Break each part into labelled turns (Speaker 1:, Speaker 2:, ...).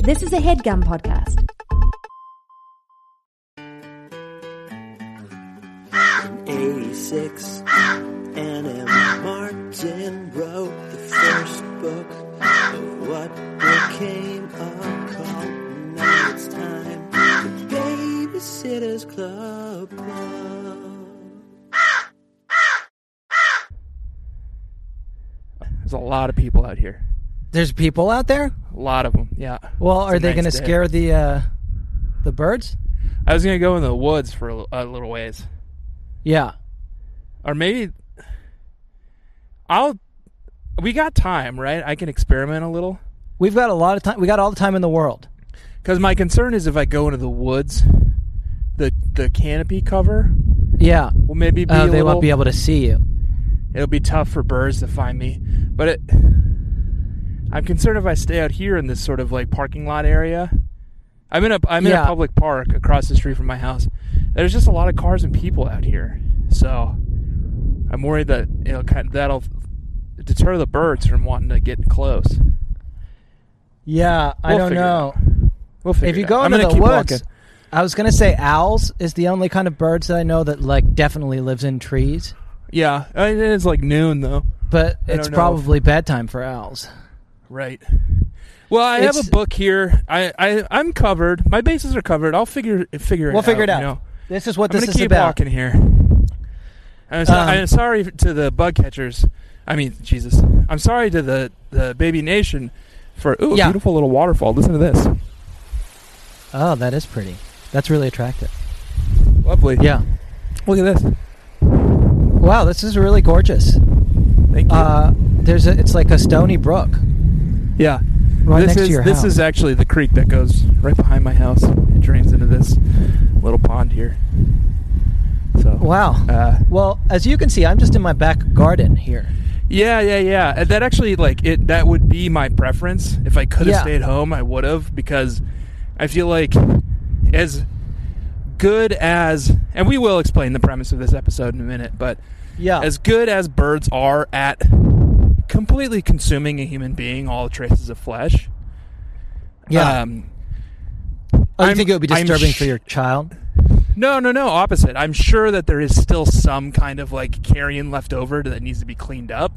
Speaker 1: This is a headgum podcast.
Speaker 2: '86, Anna Martin wrote the first book of what became a cult. Now it's time for Babysitter's Club. Club.
Speaker 3: There's a lot of people out here.
Speaker 4: There's people out there.
Speaker 3: A lot of them. Yeah.
Speaker 4: Well,
Speaker 3: It's
Speaker 4: are
Speaker 3: a
Speaker 4: they
Speaker 3: nice
Speaker 4: going to
Speaker 3: day.
Speaker 4: scare the uh, the birds?
Speaker 3: I was gonna go in the woods for a, li- a little ways,
Speaker 4: Yeah.
Speaker 3: or maybe I'll. We got time, right? I can experiment a little.
Speaker 4: We've got a lot of time. We got all the time in the world.
Speaker 3: Because my concern is if I go into the woods, the the canopy cover
Speaker 4: Yeah.
Speaker 3: will maybe be.
Speaker 4: Oh,
Speaker 3: a
Speaker 4: they
Speaker 3: little,
Speaker 4: won't be able to see you.
Speaker 3: It'll be tough for birds to find me, but it. I'm concerned if I stay out here in this sort of like parking lot area. I'm in a I'm in
Speaker 4: Yeah.
Speaker 3: a public park across the street from my house. There's just a lot of cars and people out here, so I'm worried that it'll kind that'll deter the birds from wanting to get close.
Speaker 4: Yeah, I
Speaker 3: We'll
Speaker 4: don't
Speaker 3: figure it
Speaker 4: know.
Speaker 3: out. We'll figure
Speaker 4: If you
Speaker 3: it
Speaker 4: go
Speaker 3: out. I'm
Speaker 4: into the
Speaker 3: gonna keep
Speaker 4: woods,
Speaker 3: walking.
Speaker 4: I was gonna say owls is the only kind of birds that I know that like definitely lives in trees.
Speaker 3: yeah, I mean, it's like noon though.
Speaker 4: But
Speaker 3: I
Speaker 4: it's
Speaker 3: don't know.
Speaker 4: probably bedtime for owls.
Speaker 3: Right. Well, I have
Speaker 4: It's-
Speaker 3: a book here. I, I I'm covered. My bases are covered. I'll figure figure it
Speaker 4: We'll
Speaker 3: out.
Speaker 4: figure it out.
Speaker 3: You know?
Speaker 4: This is what
Speaker 3: I'm
Speaker 4: this
Speaker 3: gonna
Speaker 4: is
Speaker 3: keep
Speaker 4: about.
Speaker 3: walking here. I'm, so-
Speaker 4: Um,
Speaker 3: I'm sorry to the bug catchers. I mean, Jesus. I'm sorry to the the baby nation for ooh, a
Speaker 4: Yeah.
Speaker 3: beautiful little waterfall. Listen to this.
Speaker 4: Oh, that is pretty. That's really attractive.
Speaker 3: Lovely.
Speaker 4: Yeah.
Speaker 3: Look at this.
Speaker 4: Wow, this is really gorgeous.
Speaker 3: Thank you.
Speaker 4: Uh, there's a, it's like a stony brook
Speaker 3: yeah.
Speaker 4: right
Speaker 3: this
Speaker 4: next
Speaker 3: is
Speaker 4: to your
Speaker 3: this
Speaker 4: house.
Speaker 3: is actually the creek that goes right behind my house. It drains into this little pond here. So
Speaker 4: wow.
Speaker 3: Uh,
Speaker 4: well, as you can see, I'm just in my back garden here.
Speaker 3: Yeah, yeah, yeah. Uh, That actually, like, it that would be my preference. If I could have
Speaker 4: Yeah.
Speaker 3: stayed home, I would have because I feel like as good as, and we will explain the premise of this episode in a minute, but
Speaker 4: Yeah.
Speaker 3: as good as birds are at completely consuming a human being, all traces of flesh.
Speaker 4: yeah.
Speaker 3: Um,
Speaker 4: oh, you
Speaker 3: I'm-
Speaker 4: think it would be
Speaker 3: I'm
Speaker 4: disturbing
Speaker 3: sh-
Speaker 4: for your child?
Speaker 3: no, no, no. Opposite. I'm sure that there is still some kind of like carrion left over that needs to be cleaned up.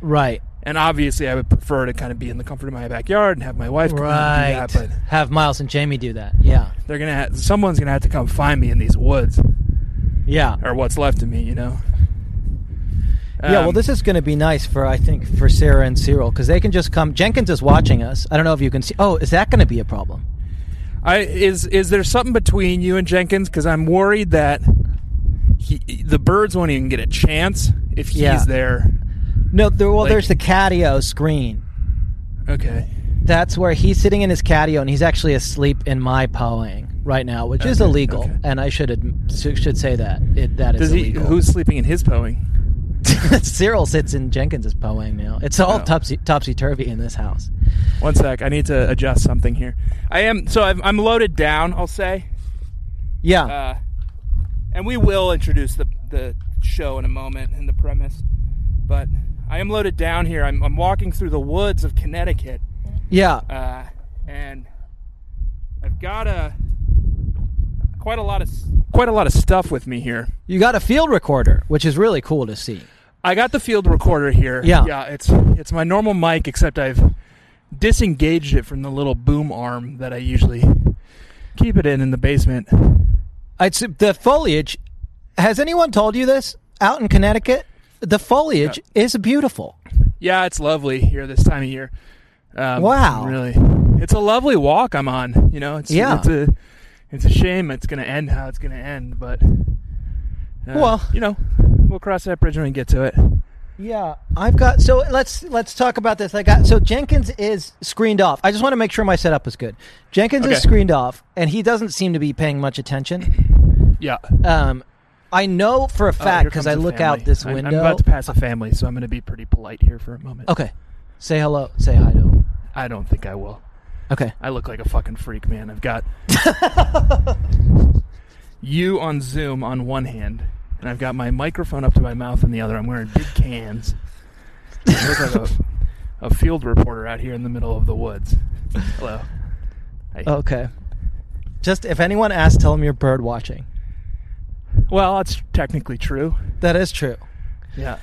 Speaker 4: Right.
Speaker 3: And obviously, I would prefer to kind of be in the comfort of my backyard and have my wife come out
Speaker 4: Right.
Speaker 3: and do that.
Speaker 4: Have Miles and Jamie do that. Yeah.
Speaker 3: But they're gonna, ha- someone's gonna have to come find me in these woods
Speaker 4: Yeah.
Speaker 3: or what's left of me, you know.
Speaker 4: yeah, well,
Speaker 3: Um,
Speaker 4: this is going to be nice for I think for Sarah and Cyril because they can just come. Jenkins is watching us. I don't know if you can see. Oh, is that going to be a problem?
Speaker 3: I is is there something between you and Jenkins? Because I'm worried that he, the birds won't even get a chance if he's
Speaker 4: Yeah.
Speaker 3: there.
Speaker 4: No, there, well,
Speaker 3: Like-
Speaker 4: there's the catio screen.
Speaker 3: Okay.
Speaker 4: That's where he's sitting in his catio, and he's actually asleep in my pawing right now, which is
Speaker 3: Okay,
Speaker 4: illegal.
Speaker 3: okay.
Speaker 4: And I should adm- sh- should say that it, that is
Speaker 3: Does he?
Speaker 4: illegal.
Speaker 3: Who's sleeping in his poeing?
Speaker 4: Cyril sits in Jenkins's pawing now. It's all
Speaker 3: Oh.
Speaker 4: topsy topsy turvy in this house.
Speaker 3: One sec. I need to adjust something here. I am so I've, I'm loaded down. I'll say.
Speaker 4: Yeah,
Speaker 3: Uh, and we will introduce the, the show in a moment and the premise. But I am loaded down here. I'm, I'm walking through the woods of Connecticut.
Speaker 4: yeah,
Speaker 3: Uh, and I've got a quite a lot of s- quite a lot of stuff with me here.
Speaker 4: you got a field recorder, which is really cool to see.
Speaker 3: I got the field recorder here.
Speaker 4: Yeah.
Speaker 3: Yeah, it's it's my normal mic except I've disengaged it from the little boom arm that I usually keep it in in the basement.
Speaker 4: It's the foliage. Has anyone told you this out in Connecticut? The foliage is beautiful.
Speaker 3: Yeah, it's lovely here this time of year. Um,
Speaker 4: Wow.
Speaker 3: really, it's a lovely walk I'm on. You know, it's
Speaker 4: Yeah.
Speaker 3: it's a it's a shame it's going to end how it's going to end, but uh,
Speaker 4: Well-
Speaker 3: you know, we'll cross that bridge when we get to it.
Speaker 4: Yeah, I've got. So let's let's talk about this. I got. So Jenkins is screened off. I just want to make sure my setup is good. Jenkins
Speaker 3: Okay.
Speaker 4: is screened off, and he doesn't seem to be paying much attention.
Speaker 3: Yeah,
Speaker 4: Um, I know for a
Speaker 3: Oh,
Speaker 4: fact
Speaker 3: Uh, here
Speaker 4: because
Speaker 3: comes
Speaker 4: I
Speaker 3: a
Speaker 4: look
Speaker 3: family.
Speaker 4: out this
Speaker 3: I'm-
Speaker 4: window.
Speaker 3: I'm about to pass a family, so I'm going to be pretty polite here for a moment.
Speaker 4: okay, say hello. Say hi to him.
Speaker 3: I don't think I will.
Speaker 4: Okay.
Speaker 3: I look like a fucking freak, man. I've got you on Zoom on one hand, and I've got my microphone up to my mouth in the other. I'm wearing big cans. I look like a, a field reporter out here in the middle of the woods. Hello. I,
Speaker 4: Oh, Okay. Just if anyone asks, tell them you're bird watching.
Speaker 3: Well, that's technically true.
Speaker 4: That is true.
Speaker 3: Yeah.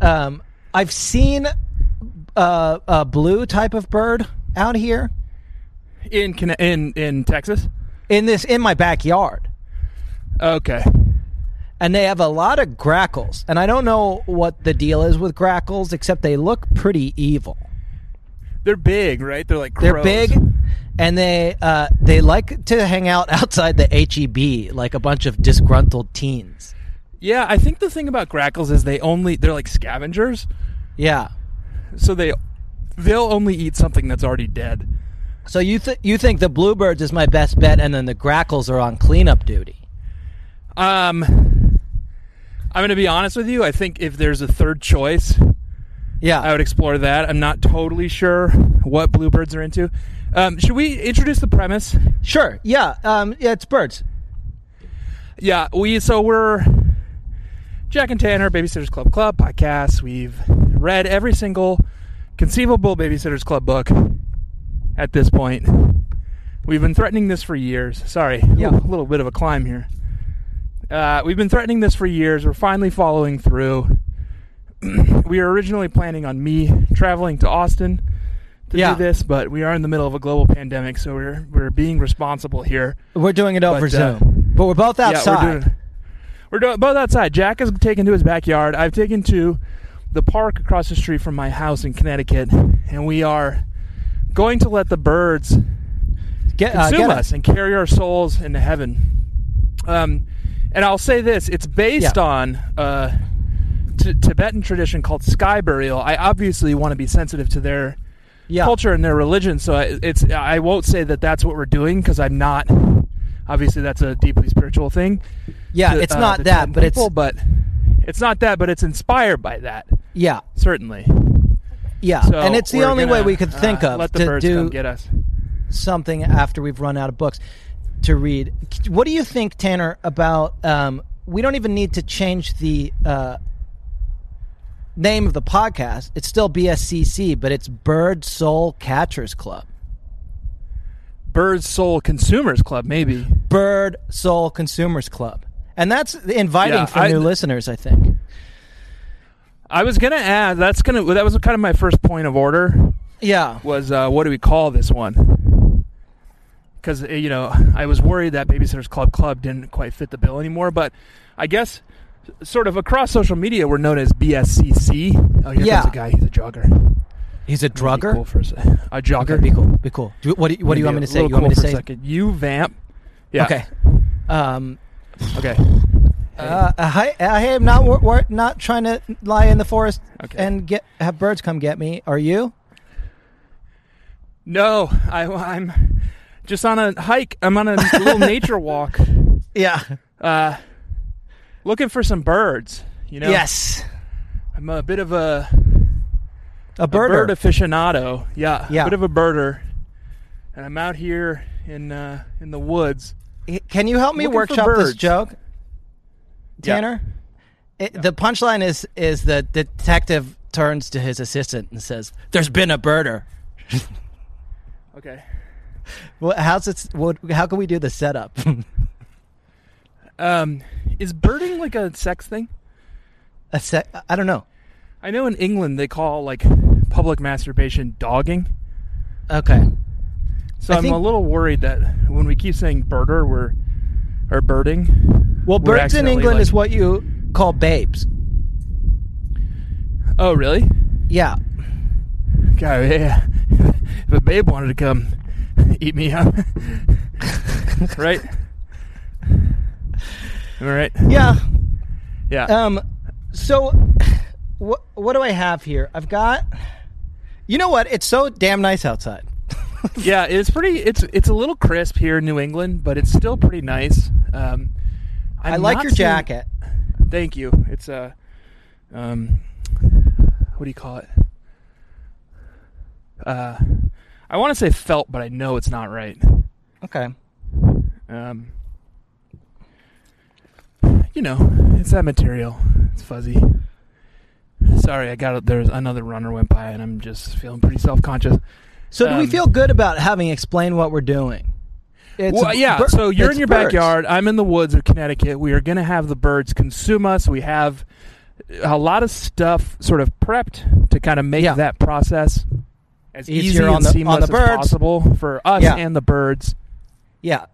Speaker 4: Um, I've seen uh, a blue type of bird out here
Speaker 3: In Conne- in in Texas.
Speaker 4: in this in my backyard,
Speaker 3: Okay.
Speaker 4: and they have a lot of grackles. And I don't know what the deal is with grackles, except they look pretty evil.
Speaker 3: They're big, right? They're like
Speaker 4: They're
Speaker 3: crows.
Speaker 4: big, and they uh, they like to hang out outside the HEB like a bunch of disgruntled teens.
Speaker 3: Yeah, I think the thing about grackles is they only they're like scavengers,
Speaker 4: Yeah.
Speaker 3: so they they'll only eat something that's already dead.
Speaker 4: So you th- you think the bluebirds is my best bet, and then the grackles are on cleanup duty.
Speaker 3: Um I'm going to be honest with you, I think if there's a third choice,
Speaker 4: Yeah.
Speaker 3: I would explore that. I'm not totally sure what bluebirds are into. Um, should we introduce the premise?
Speaker 4: Sure. Yeah. Um, yeah. It's birds.
Speaker 3: Yeah, we so we're Jack and Tanner Babysitters Club Club podcast. We've read every single conceivable Babysitters Club book at this point. We've been threatening this for years. Sorry,
Speaker 4: Yeah.
Speaker 3: a little bit of a climb here. Uh, we've been threatening this for years. We're finally following through. we were originally planning on me traveling to Austin to
Speaker 4: Yeah.
Speaker 3: do this, but we are in the middle of a global pandemic, so we're we're being responsible here.
Speaker 4: We're doing it over
Speaker 3: But, uh,
Speaker 4: Zoom, but we're both outside.
Speaker 3: Yeah, we're doing, we're doing both outside. Jack has taken to his backyard. I've taken to the park across the street from my house in Connecticut, and we are going to let the birds
Speaker 4: get, uh,
Speaker 3: consume
Speaker 4: get
Speaker 3: us and carry our souls into heaven. Um, and I'll say this: it's based
Speaker 4: Yeah.
Speaker 3: on a t- Tibetan tradition called sky burial. I obviously want to be sensitive to their
Speaker 4: Yeah.
Speaker 3: culture and their religion. So I- it's I won't say that that's what we're doing because I'm not. Obviously, that's a deeply spiritual thing.
Speaker 4: Yeah.
Speaker 3: to,
Speaker 4: it's
Speaker 3: uh,
Speaker 4: not
Speaker 3: the
Speaker 4: that,
Speaker 3: Tibetan
Speaker 4: but it's
Speaker 3: people, but it's not that, but it's inspired by that
Speaker 4: yeah,
Speaker 3: certainly.
Speaker 4: yeah.
Speaker 3: So
Speaker 4: and it's the
Speaker 3: we're
Speaker 4: only
Speaker 3: gonna,
Speaker 4: way we could think
Speaker 3: uh,
Speaker 4: of
Speaker 3: let the
Speaker 4: to
Speaker 3: birds
Speaker 4: do
Speaker 3: come get us.
Speaker 4: something after we've run out of books to read. What do you think, Tanner? About um, we don't even need to change the uh, name of the podcast. It's still BSCC, but it's Bird Soul Catchers Club.
Speaker 3: Bird Soul Consumers Club, maybe.
Speaker 4: Bird Soul Consumers Club. And that's inviting
Speaker 3: Yeah,
Speaker 4: for
Speaker 3: I-
Speaker 4: new listeners, I think.
Speaker 3: I was gonna add that's gonna that was kind of my first point of order
Speaker 4: Yeah.
Speaker 3: was uh, what do we call this one? Because you know I was worried that Babysitters Club Club didn't quite fit the bill anymore, but I guess s- sort of across social media we're known as BSCC. Oh, here
Speaker 4: Yeah.
Speaker 3: comes a guy. He's a jogger.
Speaker 4: He's a drugger.
Speaker 3: Be cool for a, se- a jogger.
Speaker 4: Okay, be cool. Be cool. Do, what do, you- what do you want
Speaker 3: Be
Speaker 4: me to
Speaker 3: a
Speaker 4: say? You
Speaker 3: little
Speaker 4: want me to
Speaker 3: cool for a
Speaker 4: say?
Speaker 3: second. You vamp. Yeah.
Speaker 4: Okay. Um,
Speaker 3: Okay.
Speaker 4: uh, I, I am not wor- wor- not trying to lie in the forest
Speaker 3: Okay.
Speaker 4: and get have birds come get me. Are you?
Speaker 3: No, I, I'm just on a hike. I'm on a little nature walk,
Speaker 4: Yeah.
Speaker 3: uh, looking for some birds. You know,
Speaker 4: Yes.
Speaker 3: I'm a bit of a,
Speaker 4: A
Speaker 3: a bird
Speaker 4: birder.
Speaker 3: aficionado. Yeah,
Speaker 4: Yeah.
Speaker 3: a bit of a birder, and I'm out here in uh, in the woods.
Speaker 4: Can you help me
Speaker 3: Looking for
Speaker 4: workshop this
Speaker 3: birds.
Speaker 4: joke,
Speaker 3: Yeah.
Speaker 4: Tanner? It, The punchline is is the detective turns to his assistant and says, "There's been a birder."
Speaker 3: Okay.
Speaker 4: Well, how's it? What, how can we do the setup?
Speaker 3: Um, is birding like a sex thing?
Speaker 4: a sec- I don't know.
Speaker 3: I know in England they call like public masturbation dogging.
Speaker 4: Okay.
Speaker 3: So
Speaker 4: I
Speaker 3: I'm
Speaker 4: think-
Speaker 3: a little worried that when we keep saying birder, we're or birding.
Speaker 4: Well,
Speaker 3: we're
Speaker 4: birds in
Speaker 3: accidentally,
Speaker 4: England
Speaker 3: like-
Speaker 4: is what you call babes.
Speaker 3: Oh, really?
Speaker 4: Yeah.
Speaker 3: God, yeah. if a babe wanted to come eat me up, right? Am I right?
Speaker 4: Yeah.
Speaker 3: Yeah.
Speaker 4: Um. So, what what do I have here? I've got. You know what? It's so damn nice outside.
Speaker 3: yeah, it's pretty. It's it's a little crisp here in New England, but it's still pretty nice. Um, I'm
Speaker 4: I like
Speaker 3: not
Speaker 4: your
Speaker 3: seeing-
Speaker 4: jacket.
Speaker 3: Thank you. It's a, um, what do you call it? Uh, I want to say felt, but I know it's not right.
Speaker 4: Okay.
Speaker 3: Um, you know, it's that material. It's fuzzy. Sorry, I got there's another runner went by, and I'm just feeling pretty self conscious.
Speaker 4: So do we
Speaker 3: Um,
Speaker 4: feel good about having explained what we're doing? It's
Speaker 3: Well, yeah.
Speaker 4: bir-
Speaker 3: so you're
Speaker 4: it's
Speaker 3: in your
Speaker 4: birds.
Speaker 3: backyard. I'm in the woods of Connecticut. We are going to have the birds consume us. We have a lot of stuff sort of prepped to kind of make
Speaker 4: Yeah.
Speaker 3: that process as
Speaker 4: Easier
Speaker 3: easy
Speaker 4: on
Speaker 3: and
Speaker 4: the- on
Speaker 3: seamless
Speaker 4: the birds.
Speaker 3: as possible for us
Speaker 4: Yeah.
Speaker 3: and the birds.
Speaker 4: Yeah.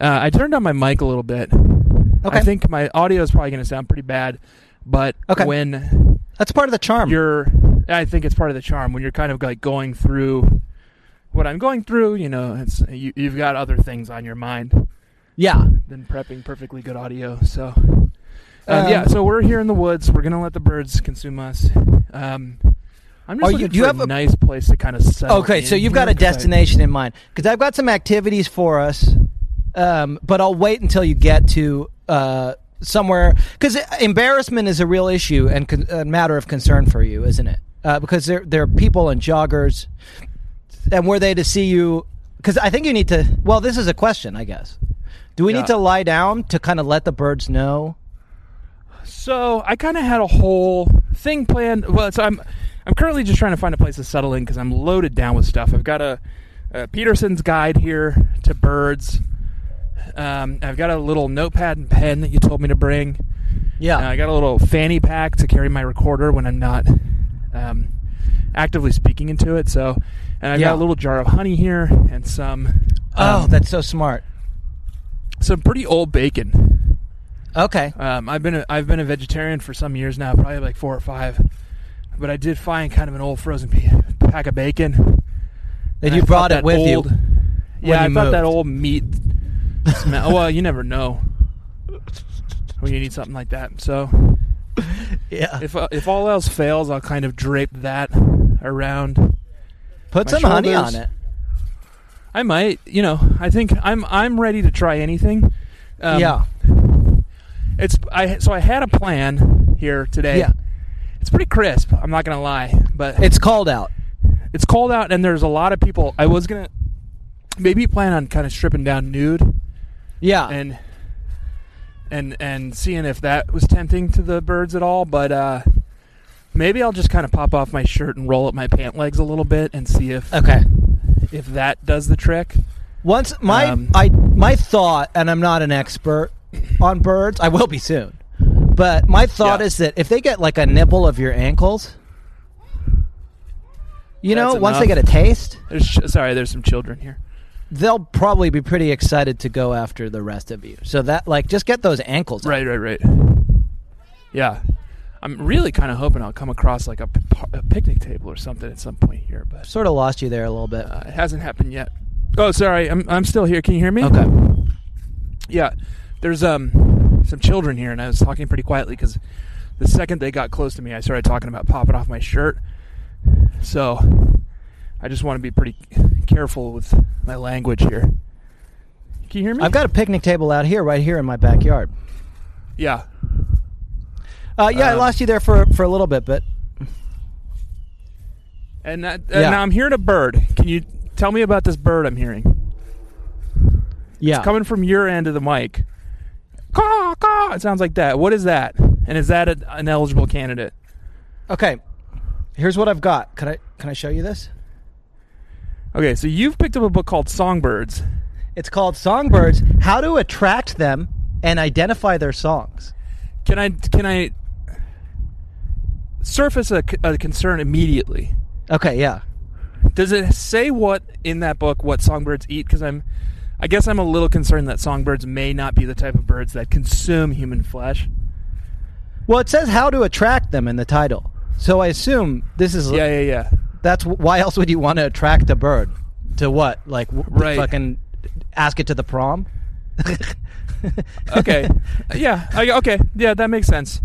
Speaker 3: Uh, I turned on my mic a little bit.
Speaker 4: Okay.
Speaker 3: I think my audio is probably going to sound pretty bad, but
Speaker 4: Okay.
Speaker 3: when
Speaker 4: that's part of the charm.
Speaker 3: you're, I think it's part of the charm when you're kind of like going through what I'm going through. You know, it's you, you've got other things on your mind
Speaker 4: yeah.
Speaker 3: than prepping perfectly good audio. So, um,
Speaker 4: Um,
Speaker 3: yeah, so we're here in the woods. We're gonna let the birds consume us. Um, I'm
Speaker 4: Are
Speaker 3: just
Speaker 4: you-
Speaker 3: looking
Speaker 4: do you
Speaker 3: for
Speaker 4: have
Speaker 3: a,
Speaker 4: a-
Speaker 3: nice place to kind of settle.
Speaker 4: Okay, so
Speaker 3: in
Speaker 4: you've got
Speaker 3: here,
Speaker 4: a
Speaker 3: 'cause I-
Speaker 4: destination in mind because I've got some activities for us, um, but I'll wait until you get to uh, somewhere because embarrassment is a real issue and con- a matter of concern for you, isn't it? Uh, because there there are people and joggers, and were they to see you? Because I think you need to. Well, this is a question, I guess. Do we need
Speaker 3: Yeah.
Speaker 4: to lie down to kind of let the birds know?
Speaker 3: So I kind of had a whole thing planned. Well, so I'm I'm currently just trying to find a place to settle in because I'm loaded down with stuff. I've got a, a Peterson's guide here to birds. Um, I've got a little notepad and pen that you told me to bring.
Speaker 4: Yeah,
Speaker 3: Uh, I got a little fanny pack to carry my recorder when I'm not um, actively speaking into it. So, and I've
Speaker 4: Yeah.
Speaker 3: got a little jar of honey here and some
Speaker 4: Oh,
Speaker 3: um,
Speaker 4: that's so smart.
Speaker 3: some pretty old bacon.
Speaker 4: Okay.
Speaker 3: Um, I've been a, I've been a vegetarian for some years now, probably like four or five. But I did find kind of an old frozen pe- pack of bacon.
Speaker 4: And
Speaker 3: I
Speaker 4: you
Speaker 3: thought
Speaker 4: brought it
Speaker 3: that
Speaker 4: with
Speaker 3: old-
Speaker 4: you.
Speaker 3: Yeah, I
Speaker 4: you
Speaker 3: thought that
Speaker 4: moved.
Speaker 3: old meat smell. well, you never know when you need something like that. So
Speaker 4: Yeah.
Speaker 3: if uh, if all else fails, I'll kind of drape that around.
Speaker 4: Put
Speaker 3: my
Speaker 4: some honey on
Speaker 3: shoulders.
Speaker 4: it.
Speaker 3: I might, you know, I think I'm I'm ready to try anything. Um,
Speaker 4: yeah.
Speaker 3: it's I so I had a plan here today.
Speaker 4: Yeah.
Speaker 3: it's pretty crisp. I'm not gonna lie, but
Speaker 4: It's called out.
Speaker 3: it's cold out and there's a lot of people i was gonna maybe plan on kind of stripping down nude
Speaker 4: Yeah.
Speaker 3: and and and seeing if that was tempting to the birds at all but uh maybe i'll just kind of pop off my shirt and roll up my pant legs a little bit and see if
Speaker 4: okay.
Speaker 3: if that does the trick
Speaker 4: Once my
Speaker 3: Um,
Speaker 4: I my thought, and I'm not an expert on birds. I will be soon, but my thought
Speaker 3: Yeah.
Speaker 4: is that if they get like a nibble of your ankles, you know,
Speaker 3: That's
Speaker 4: once they
Speaker 3: enough.
Speaker 4: get a taste,
Speaker 3: there's sorry there's some children here
Speaker 4: they'll probably be pretty excited to go after the rest of you. So that like just get those ankles. out.
Speaker 3: right right right yeah i'm really kind of hoping i'll come across like a, p- a picnic table or something at some point here but
Speaker 4: Sort of lost you there a little bit.
Speaker 3: uh, it hasn't happened yet oh sorry i'm, I'm still here can you hear me
Speaker 4: okay.
Speaker 3: Yeah, there's um some children here, and I was talking pretty quietly because the second they got close to me, I started talking about popping off my shirt. So I just want to be pretty careful with my language here. Can you hear me?
Speaker 4: I've got a picnic table out here, right here in my backyard.
Speaker 3: yeah.
Speaker 4: Uh, yeah, I
Speaker 3: Um,
Speaker 4: lost you there for for a little bit, but
Speaker 3: And, that, and
Speaker 4: Yeah.
Speaker 3: now I'm hearing a bird. Can you tell me about this bird I'm hearing?
Speaker 4: yeah,
Speaker 3: Coming from your end of the mic. Caw, caw. It sounds like that. What is that? And is that a, an eligible candidate?
Speaker 4: Okay. Here's what I've got. Can I can I show you this?
Speaker 3: Okay, so you've picked up a book called Songbirds.
Speaker 4: It's called Songbirds: How to Attract Them and Identify Their Songs.
Speaker 3: Can I can I surface a, c- a concern immediately?
Speaker 4: Okay, yeah.
Speaker 3: Does it say what in that book what songbirds eat? Because I'm, I guess I'm a little concerned that songbirds may not be the type of birds that consume human flesh.
Speaker 4: Well, it says how to attract them in the title. So I assume this is
Speaker 3: Yeah, yeah, yeah.
Speaker 4: that's wh- why else would you want to attract a bird? To what? Like w-
Speaker 3: Right.
Speaker 4: fucking ask it to the prom?
Speaker 3: Okay, yeah, I, okay, yeah, that makes sense.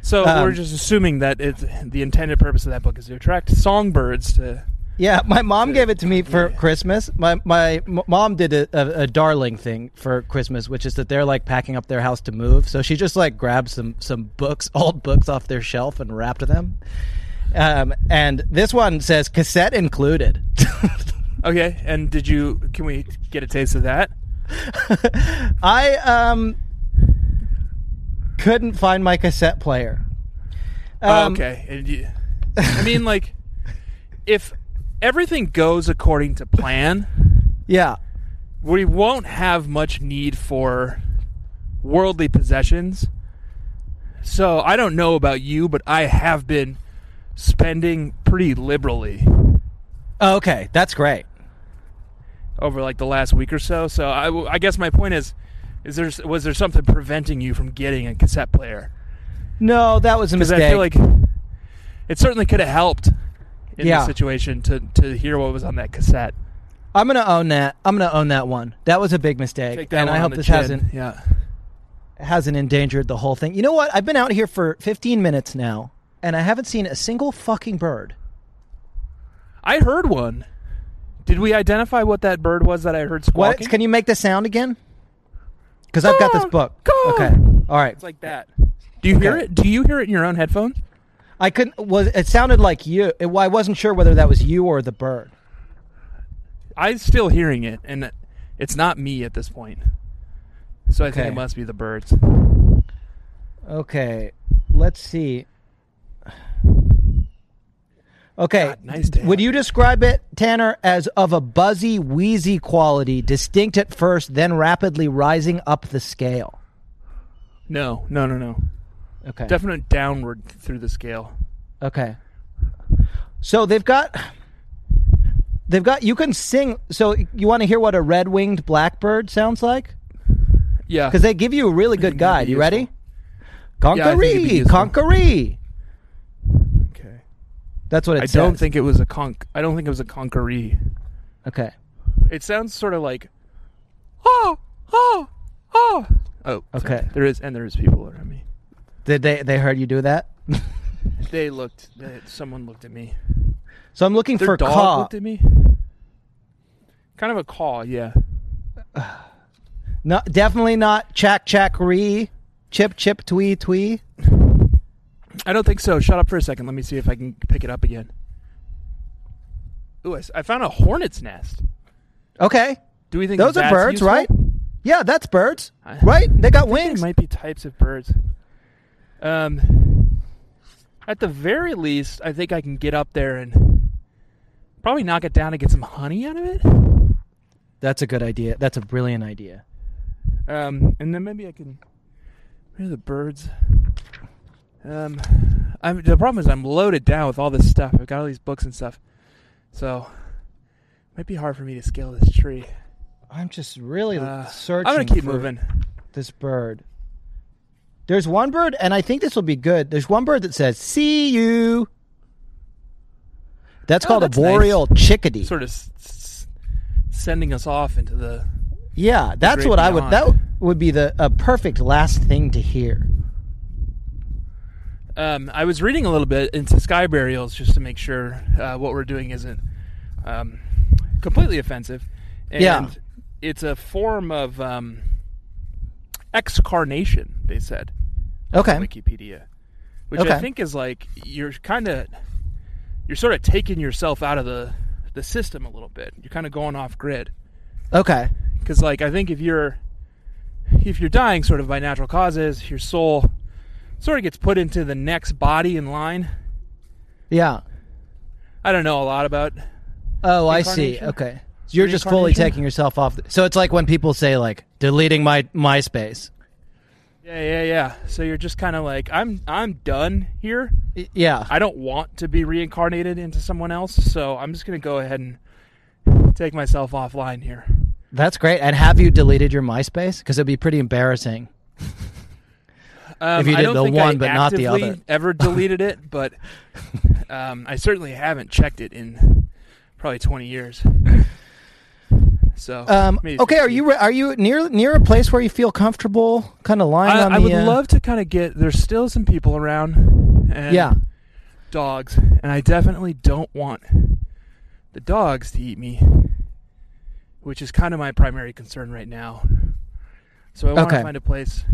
Speaker 3: So
Speaker 4: Um,
Speaker 3: we're just assuming that it's the intended purpose of that book is to attract songbirds to.
Speaker 4: Yeah, my mom gave it to me for Christmas. My my m- mom did a, a, a darling thing for Christmas, which is that they're like packing up their house to move. So she just like grabbed some some books, old books off their shelf and wrapped them. Um, and this one says cassette included.
Speaker 3: Okay, and did you? Can we get a taste of that?
Speaker 4: I um couldn't find my cassette player.
Speaker 3: Oh,
Speaker 4: Um,
Speaker 3: okay. And you- I mean, like, if everything goes according to plan,
Speaker 4: Yeah.
Speaker 3: we won't have much need for worldly possessions. So I don't know about you, but I have been spending pretty liberally
Speaker 4: Oh, okay, that's great.
Speaker 3: over like the last week or so. So I, w- I guess my point is, is there was there something preventing you from getting a cassette player?
Speaker 4: No, that was a
Speaker 3: Because
Speaker 4: mistake.
Speaker 3: I feel like it certainly could have helped in
Speaker 4: Yeah.
Speaker 3: this situation to to hear what was on that cassette.
Speaker 4: I'm gonna own that. I'm gonna own that one. That was a big mistake,
Speaker 3: Take that
Speaker 4: and
Speaker 3: one
Speaker 4: I
Speaker 3: on
Speaker 4: hope
Speaker 3: the
Speaker 4: this
Speaker 3: chin.
Speaker 4: hasn't
Speaker 3: Yeah.
Speaker 4: hasn't endangered the whole thing. You know what? I've been out here for 15 minutes now, and I haven't seen a single fucking bird.
Speaker 3: I heard one. Did we identify what that bird was that I heard
Speaker 4: What?
Speaker 3: squawking?
Speaker 4: Can you make the sound again? Because I've got this book.
Speaker 3: Caw, caw.
Speaker 4: Okay. All right.
Speaker 3: It's like that. Do you hear
Speaker 4: Okay.
Speaker 3: it? Do you hear it in your own headphones?
Speaker 4: I couldn't. Was it sounded like you? It, well, I wasn't sure whether that was you or the bird.
Speaker 3: I'm still hearing it, and it's not me at this point. So I think
Speaker 4: Okay.
Speaker 3: it must be the birds.
Speaker 4: Okay. Let's see. Okay.
Speaker 3: God, nice to
Speaker 4: Would
Speaker 3: have.
Speaker 4: you describe it, Tanner, as of a buzzy, wheezy quality, distinct at first, then rapidly rising up the scale?
Speaker 3: No, no, no, no.
Speaker 4: Okay.
Speaker 3: Definite downward through the scale.
Speaker 4: Okay. So they've got they've got you can sing so you want to hear what a red-winged blackbird sounds like?
Speaker 3: Yeah.
Speaker 4: Cuz they give you a really good
Speaker 3: think that'd
Speaker 4: guide.
Speaker 3: be
Speaker 4: You ready?
Speaker 3: Yeah, I think it'd be
Speaker 4: Conqueree,
Speaker 3: useful.
Speaker 4: conqueree.
Speaker 3: okay.
Speaker 4: That's what it
Speaker 3: I
Speaker 4: says.
Speaker 3: don't think it was a conk. I don't think it was a conqueree.
Speaker 4: Okay.
Speaker 3: It sounds sort of like, oh, oh, oh. Oh, sorry.
Speaker 4: Okay.
Speaker 3: There is, and there is people around me.
Speaker 4: Did they they heard you do that?
Speaker 3: They looked. they- someone looked at me.
Speaker 4: so I'm looking
Speaker 3: Their
Speaker 4: for
Speaker 3: dog
Speaker 4: caw.
Speaker 3: looked at me. Kind of a call, yeah.
Speaker 4: No, definitely not chack chack ree, chip chip twee twee.
Speaker 3: I don't think so. Shut up for a second. Let me see if I can pick it up again. Ooh, I, s- I found a hornet's nest.
Speaker 4: Okay.
Speaker 3: Do we think
Speaker 4: Those are
Speaker 3: that's
Speaker 4: birds,
Speaker 3: useful?
Speaker 4: right? Yeah, that's birds.
Speaker 3: I-
Speaker 4: Right? They got
Speaker 3: They
Speaker 4: wings.
Speaker 3: might be types of birds. Um, at the very least, I think I can get up there and probably knock it down and get some honey out of it.
Speaker 4: That's a good idea. That's a brilliant idea.
Speaker 3: Um, and then maybe I can. Where are the birds? Um, I'm, the problem is I'm loaded down with all this stuff. I've got all these books and stuff, so it might be hard for me to scale this tree.
Speaker 4: I'm just really
Speaker 3: Uh,
Speaker 4: searching.
Speaker 3: I'm gonna keep
Speaker 4: for
Speaker 3: moving.
Speaker 4: This bird. There's one bird, and I think this will be good. There's one bird that says "see you." That's
Speaker 3: Oh,
Speaker 4: called
Speaker 3: that's
Speaker 4: a
Speaker 3: nice.
Speaker 4: boreal chickadee.
Speaker 3: Sort of s- s- sending us off into the.
Speaker 4: yeah, that's
Speaker 3: great
Speaker 4: what I would.
Speaker 3: beyond.
Speaker 4: That would be the a perfect last thing to hear.
Speaker 3: Um, I was reading a little bit into sky burials just to make sure uh, what we're doing isn't um, completely offensive. And
Speaker 4: Yeah.
Speaker 3: it's a form of um, excarnation. They said.
Speaker 4: Okay.
Speaker 3: Wikipedia, which
Speaker 4: Okay.
Speaker 3: I think is like you're kind of you're sort of taking yourself out of the the system a little bit. You're kind of going off grid
Speaker 4: Okay.
Speaker 3: because like I think if you're if you're dying sort of by natural causes, your soul sort of gets put into the next body in line.
Speaker 4: Yeah.
Speaker 3: I don't know a lot about
Speaker 4: Oh, I see.
Speaker 3: Incarnation?
Speaker 4: Okay. So you're just fully
Speaker 3: Reincarnation?
Speaker 4: taking yourself off. The, so it's like when people say like deleting my MySpace.
Speaker 3: yeah yeah yeah. So you're just kind of like I'm I'm done here.
Speaker 4: Y- Yeah.
Speaker 3: I don't want to be reincarnated into someone else, so I'm just gonna go ahead and take myself offline here.
Speaker 4: That's great. And have you deleted your MySpace? Because it'd be pretty embarrassing.
Speaker 3: Um,
Speaker 4: If you
Speaker 3: I
Speaker 4: did
Speaker 3: don't
Speaker 4: the
Speaker 3: think
Speaker 4: one
Speaker 3: I
Speaker 4: but not the
Speaker 3: actively
Speaker 4: other.
Speaker 3: ever deleted it, but um, I certainly haven't checked it in probably 20 years. So
Speaker 4: Um,
Speaker 3: maybe
Speaker 4: okay, are
Speaker 3: 15.
Speaker 4: you are you near near a place where you feel comfortable, kind of lying
Speaker 3: I,
Speaker 4: on
Speaker 3: I
Speaker 4: the?
Speaker 3: would
Speaker 4: uh,
Speaker 3: love to kind of get. There's still some people around. And
Speaker 4: uh, Yeah.
Speaker 3: Dogs, and I definitely don't want the dogs to eat me, which is kind of my primary concern right now. So I want
Speaker 4: Okay.
Speaker 3: to find a place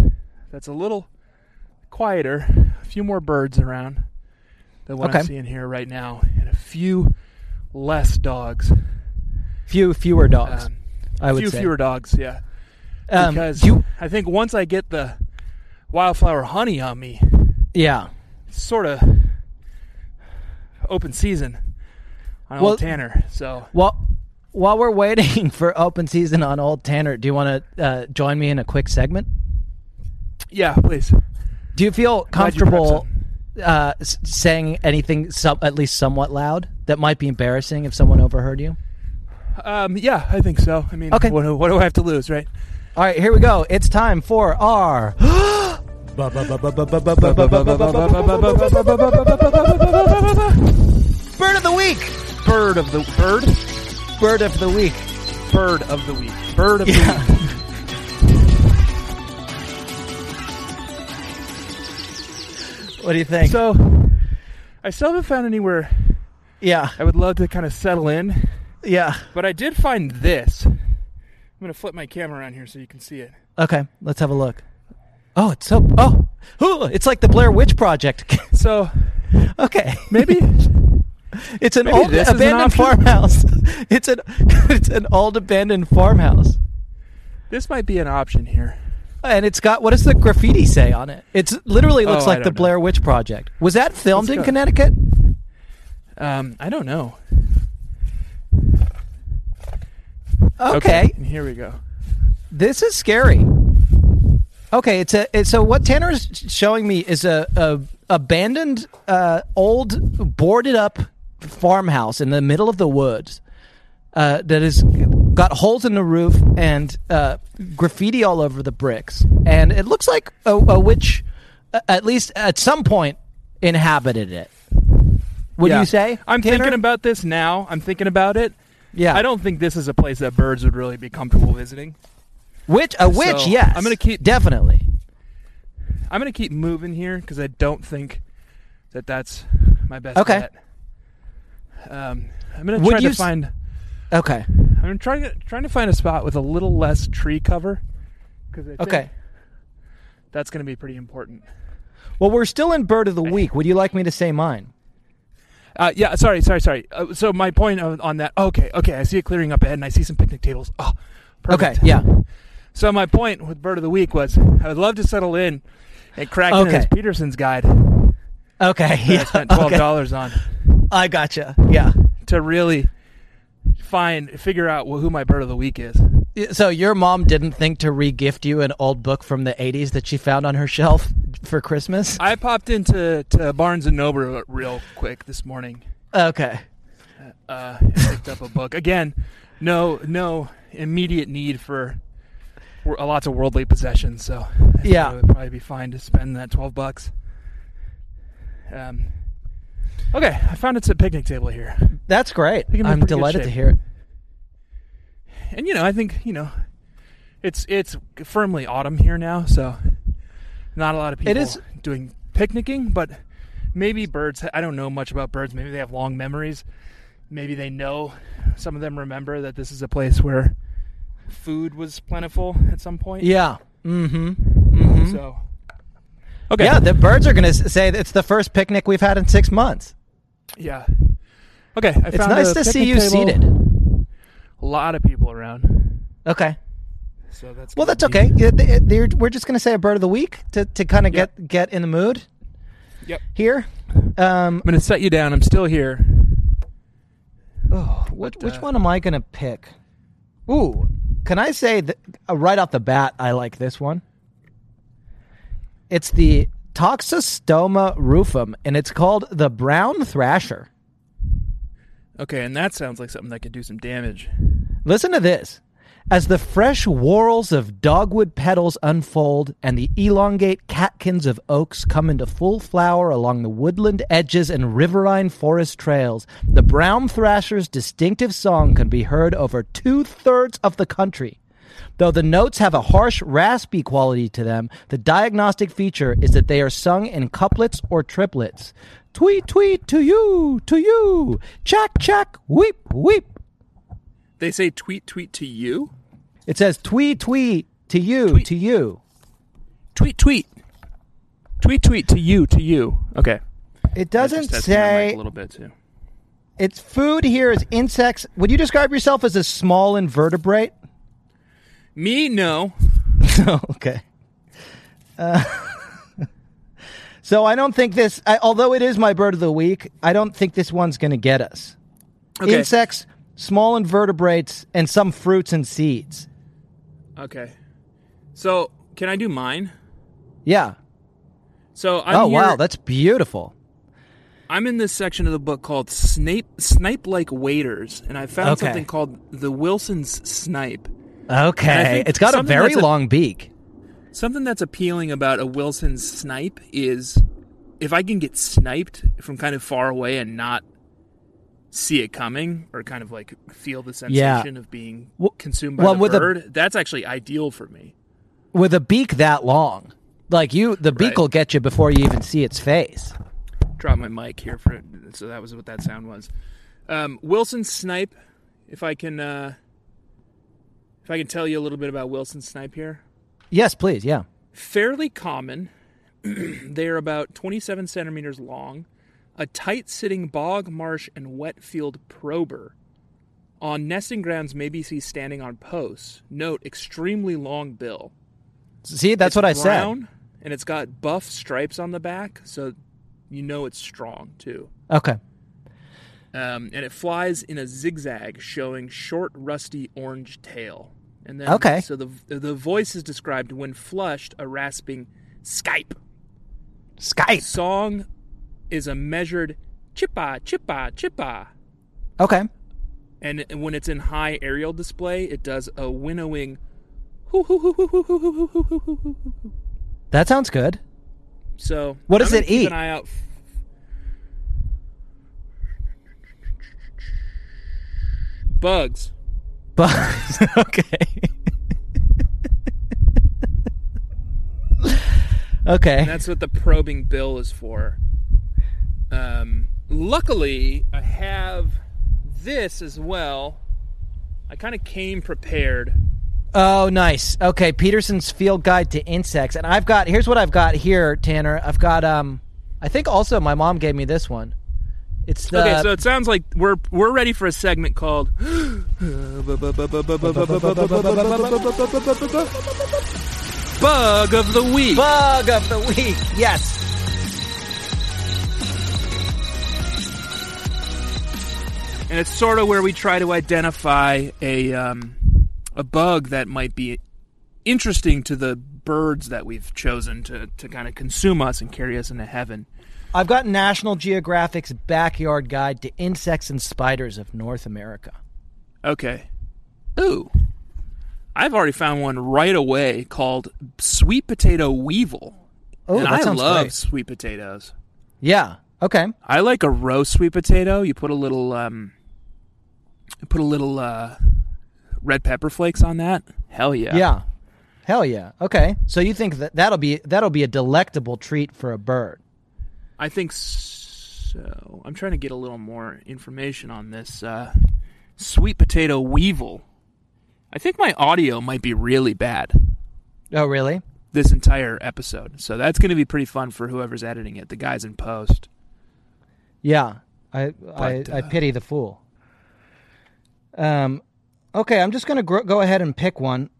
Speaker 3: that's a little quieter, a few more birds around than what
Speaker 4: Okay.
Speaker 3: I'm seeing here right now, and a few less dogs.
Speaker 4: Few fewer dogs.
Speaker 3: Um,
Speaker 4: I would
Speaker 3: few
Speaker 4: say.
Speaker 3: fewer dogs, yeah.
Speaker 4: Um,
Speaker 3: because
Speaker 4: do you-
Speaker 3: I think once I get the wildflower honey on me,
Speaker 4: yeah.
Speaker 3: sort of open season on
Speaker 4: Well-
Speaker 3: old Tanner. So
Speaker 4: Well, while we're waiting for open season on Old Tanner, do you want to uh, join me in a quick segment?
Speaker 3: yeah, please.
Speaker 4: Do you feel
Speaker 3: glad you prepped
Speaker 4: comfortable uh, s- saying anything, some, at least somewhat loud, that might be embarrassing if someone overheard you?
Speaker 3: Um, yeah, I think so. I mean,
Speaker 4: Okay.
Speaker 3: what, do- what do I have to lose, right?
Speaker 4: All right, here we go. It's time for our. Bird of the week.
Speaker 3: Bird of the bird,
Speaker 4: Bird of the week.
Speaker 3: bird of the week, bird of the week.
Speaker 4: What do you think?
Speaker 3: So I still haven't found anywhere
Speaker 4: yeah,
Speaker 3: I would love to kind of settle in,
Speaker 4: yeah.
Speaker 3: but I did find this. I'm gonna flip my camera around here so you can see it.
Speaker 4: Okay, let's have a look. Oh, it's so. Oh, Ooh, it's like the Blair Witch Project.
Speaker 3: So
Speaker 4: okay,
Speaker 3: maybe
Speaker 4: it's an
Speaker 3: maybe
Speaker 4: old
Speaker 3: this is an
Speaker 4: abandoned
Speaker 3: option.
Speaker 4: farmhouse. It's an it's an old abandoned farmhouse,
Speaker 3: this might be an option here.
Speaker 4: and it's got what does the graffiti say on it? It's literally looks
Speaker 3: Oh, I
Speaker 4: like the
Speaker 3: don't know.
Speaker 4: Blair Witch Project. Was that filmed
Speaker 3: Let's
Speaker 4: in
Speaker 3: go.
Speaker 4: Connecticut?
Speaker 3: Um, I don't know.
Speaker 4: Okay,
Speaker 3: and here we go.
Speaker 4: this is scary. Okay, it's a it's so what Tanner is showing me is a, a abandoned, uh, old, boarded up farmhouse in the middle of the woods uh, that is got holes in the roof and uh, graffiti all over the bricks, and it looks like a, a witch, uh, at least at some point, inhabited it. Would
Speaker 3: Yeah.
Speaker 4: you say?
Speaker 3: I'm
Speaker 4: Tanner?
Speaker 3: thinking about this now. I'm thinking about it.
Speaker 4: yeah.
Speaker 3: I don't think this is a place that birds would really be comfortable visiting.
Speaker 4: Witch a witch?
Speaker 3: So,
Speaker 4: yes.
Speaker 3: I'm gonna keep-
Speaker 4: definitely.
Speaker 3: I'm gonna keep moving here because I don't think that that's my best
Speaker 4: Okay.
Speaker 3: bet. Um, I'm gonna
Speaker 4: Would
Speaker 3: try
Speaker 4: you
Speaker 3: to
Speaker 4: s-
Speaker 3: find.
Speaker 4: Okay.
Speaker 3: I'm trying to trying to find a spot with a little less tree cover. 'cause I think
Speaker 4: Okay.
Speaker 3: that's gonna be pretty important.
Speaker 4: Well, we're still in bird of the week. Would you like me to say mine?
Speaker 3: Uh, yeah, sorry, sorry, sorry. Uh, so my point on, on that. Okay, okay, I see it clearing up ahead, and I see some picnic tables. Oh, perfect.
Speaker 4: Okay, yeah.
Speaker 3: So my point with bird of the week was I would love to settle in and crack into
Speaker 4: Okay.
Speaker 3: this Peterson's guide that
Speaker 4: Okay.
Speaker 3: I
Speaker 4: Yeah.
Speaker 3: spent twelve
Speaker 4: okay.
Speaker 3: dollars on
Speaker 4: I gotcha. Yeah.
Speaker 3: to really find figure out wh- who my bird of the week is.
Speaker 4: Y- So your mom didn't think to regift you an old book from the '80s that she found on her shelf for Christmas?
Speaker 3: I popped into to Barnes and Noble real quick this morning.
Speaker 4: Okay.
Speaker 3: Uh, and picked up a book again. No, no immediate need for wor- uh, lots of worldly possessions. So I thought
Speaker 4: Yeah.
Speaker 3: it would probably be fine to spend that twelve bucks. Um, okay, I found it's a picnic table here,
Speaker 4: That's great.
Speaker 3: can be in
Speaker 4: I'm
Speaker 3: pretty good
Speaker 4: delighted to
Speaker 3: shape.
Speaker 4: hear it.
Speaker 3: and you know I think you know it's it's firmly autumn here now, so not a lot of people
Speaker 4: is-
Speaker 3: doing picnicking, but maybe birds. I don't know much about birds. Maybe they have long memories. Maybe they know. Some of them remember that this is a place where food was plentiful at some point.
Speaker 4: Yeah. Mm-hmm. Mm-hmm.
Speaker 3: So. Okay.
Speaker 4: Yeah, the birds are gonna s- say that it's the first picnic we've had in six months.
Speaker 3: Yeah. Okay. I
Speaker 4: It's
Speaker 3: found
Speaker 4: nice
Speaker 3: a
Speaker 4: to see
Speaker 3: picnic
Speaker 4: you
Speaker 3: table.
Speaker 4: seated.
Speaker 3: A lot of people around.
Speaker 4: Okay.
Speaker 3: So that's
Speaker 4: Well,
Speaker 3: gonna
Speaker 4: that's
Speaker 3: be-
Speaker 4: okay. Yeah, they- they're- we're just gonna say a bird of the week to, to kind of
Speaker 3: Yeah.
Speaker 4: get get in the mood
Speaker 3: Yep.
Speaker 4: here. Um,
Speaker 3: I'm gonna set you down. I'm still here.
Speaker 4: Oh, which,
Speaker 3: But,
Speaker 4: which
Speaker 3: uh,
Speaker 4: one am I going to pick? Ooh, can I say that uh, right off the bat, I like this one? It's the Toxostoma rufum, and it's called the brown thrasher.
Speaker 3: Okay, and that sounds like something that could do some damage.
Speaker 4: Listen to this. As the fresh whorls of dogwood petals unfold and the elongate catkins of oaks come into full flower along the woodland edges and riverine forest trails, the brown thrasher's distinctive song can be heard over two thirds of the country. Though the notes have a harsh, raspy quality to them, the diagnostic feature is that they are sung in couplets or triplets. Tweet, tweet, to you, to you, chack, chack, weep, weep.
Speaker 3: They say tweet tweet to you.
Speaker 4: It says tweet tweet to you
Speaker 3: Tweet.
Speaker 4: to you.
Speaker 3: Tweet tweet. Tweet tweet to you to you. Okay. That
Speaker 4: It doesn't
Speaker 3: just has to sound like
Speaker 4: say
Speaker 3: a little bit too.
Speaker 4: it's food here is insects. Would you describe yourself as a small invertebrate?
Speaker 3: Me no.
Speaker 4: okay. Uh, so I don't think this I, although it is my bird of the week, I don't think this one's going to get us.
Speaker 3: Okay.
Speaker 4: Insects, small invertebrates, and some fruits and seeds.
Speaker 3: Okay. So can I do mine?
Speaker 4: Yeah.
Speaker 3: So I'm
Speaker 4: oh wow,
Speaker 3: here-
Speaker 4: that's beautiful.
Speaker 3: I'm in this section of the book called Snape Snipe Like Waiters, and I found
Speaker 4: Okay.
Speaker 3: something called the Wilson's Snipe. I
Speaker 4: Okay,
Speaker 3: think
Speaker 4: it's got a
Speaker 3: something
Speaker 4: very
Speaker 3: that's a-
Speaker 4: long beak.
Speaker 3: Something that's appealing about a Wilson's snipe is if I can get sniped from kind of far away and not see it coming or kind of like feel the
Speaker 4: Yeah.
Speaker 3: sensation of being
Speaker 4: Well-
Speaker 3: consumed by
Speaker 4: well,
Speaker 3: the
Speaker 4: with a-
Speaker 3: bird, that's actually ideal for me.
Speaker 4: with a beak that long. Like you, the beak
Speaker 3: Right.
Speaker 4: will get you before you even see its face.
Speaker 3: Drop my mic here for so that was what that sound was. Um, Wilson snipe, if I can uh, if I can tell you a little bit about Wilson snipe here.
Speaker 4: Yes, please. Yeah.
Speaker 3: fairly common. they are about 27 centimeters long, a tight sitting bog, marsh, and wet field prober. On nesting grounds, may be seen standing on posts. Note extremely long bill.
Speaker 4: See, that's
Speaker 3: It's
Speaker 4: what I
Speaker 3: brown, And it's got buff stripes on the back, so you know it's strong too.
Speaker 4: said. Okay.
Speaker 3: Um, and it flies in a zigzag, showing short, rusty orange tail. And then,
Speaker 4: Okay.
Speaker 3: So the the voice is described when flushed, a rasping Skype.
Speaker 4: Skype.
Speaker 3: song is a measured chippa chippa chippa
Speaker 4: Okay.
Speaker 3: and when it's in high aerial display it does a winnowing hoo hoo hoo hoo hoo hoo hoo hoo hoo hoo hoo hoo.
Speaker 4: That sounds good.
Speaker 3: so
Speaker 4: What
Speaker 3: I'm
Speaker 4: does
Speaker 3: gonna
Speaker 4: it
Speaker 3: keep
Speaker 4: eat?
Speaker 3: an eye out f- bugs
Speaker 4: But okay. okay.
Speaker 3: And that's what the probing bill is for. Um, luckily, I have this as well. I kind of came prepared.
Speaker 4: Oh, nice. Okay, Peterson's Field Guide to Insects, and I've got here's what I've got here, Tanner. I've got um, I think also my mom gave me this one. It's the
Speaker 3: okay, so it sounds like we're we're ready for a segment called. Bug of the week.
Speaker 4: bug of the week. Yes.
Speaker 3: and it's sort of where we try to identify a um, a bug that might be interesting to the birds that we've chosen to, to kind of consume us and carry us into heaven.
Speaker 4: I've got National Geographic's Backyard Guide to Insects and Spiders of North America.
Speaker 3: Okay. Ooh. I've already found one right away called sweet potato weevil.
Speaker 4: Oh,
Speaker 3: and
Speaker 4: that
Speaker 3: I
Speaker 4: sounds
Speaker 3: love
Speaker 4: great.
Speaker 3: sweet potatoes.
Speaker 4: Yeah. Okay.
Speaker 3: I like a roast sweet potato. You put a little um you put a little uh red pepper flakes on that. Hell yeah.
Speaker 4: Yeah. Hell yeah. Okay. So you think that that'll be that'll be a delectable treat for a bird?
Speaker 3: I think so. I'm trying to get a little more information on this uh, sweet potato weevil. I think my audio might be really bad
Speaker 4: Oh, really?
Speaker 3: this entire episode, so that's going to be pretty fun for whoever's editing it. The guys in post.
Speaker 4: Yeah, I I,
Speaker 3: But,
Speaker 4: I
Speaker 3: uh,
Speaker 4: pity the fool. Um, okay, I'm just gonna gr- go ahead and pick one.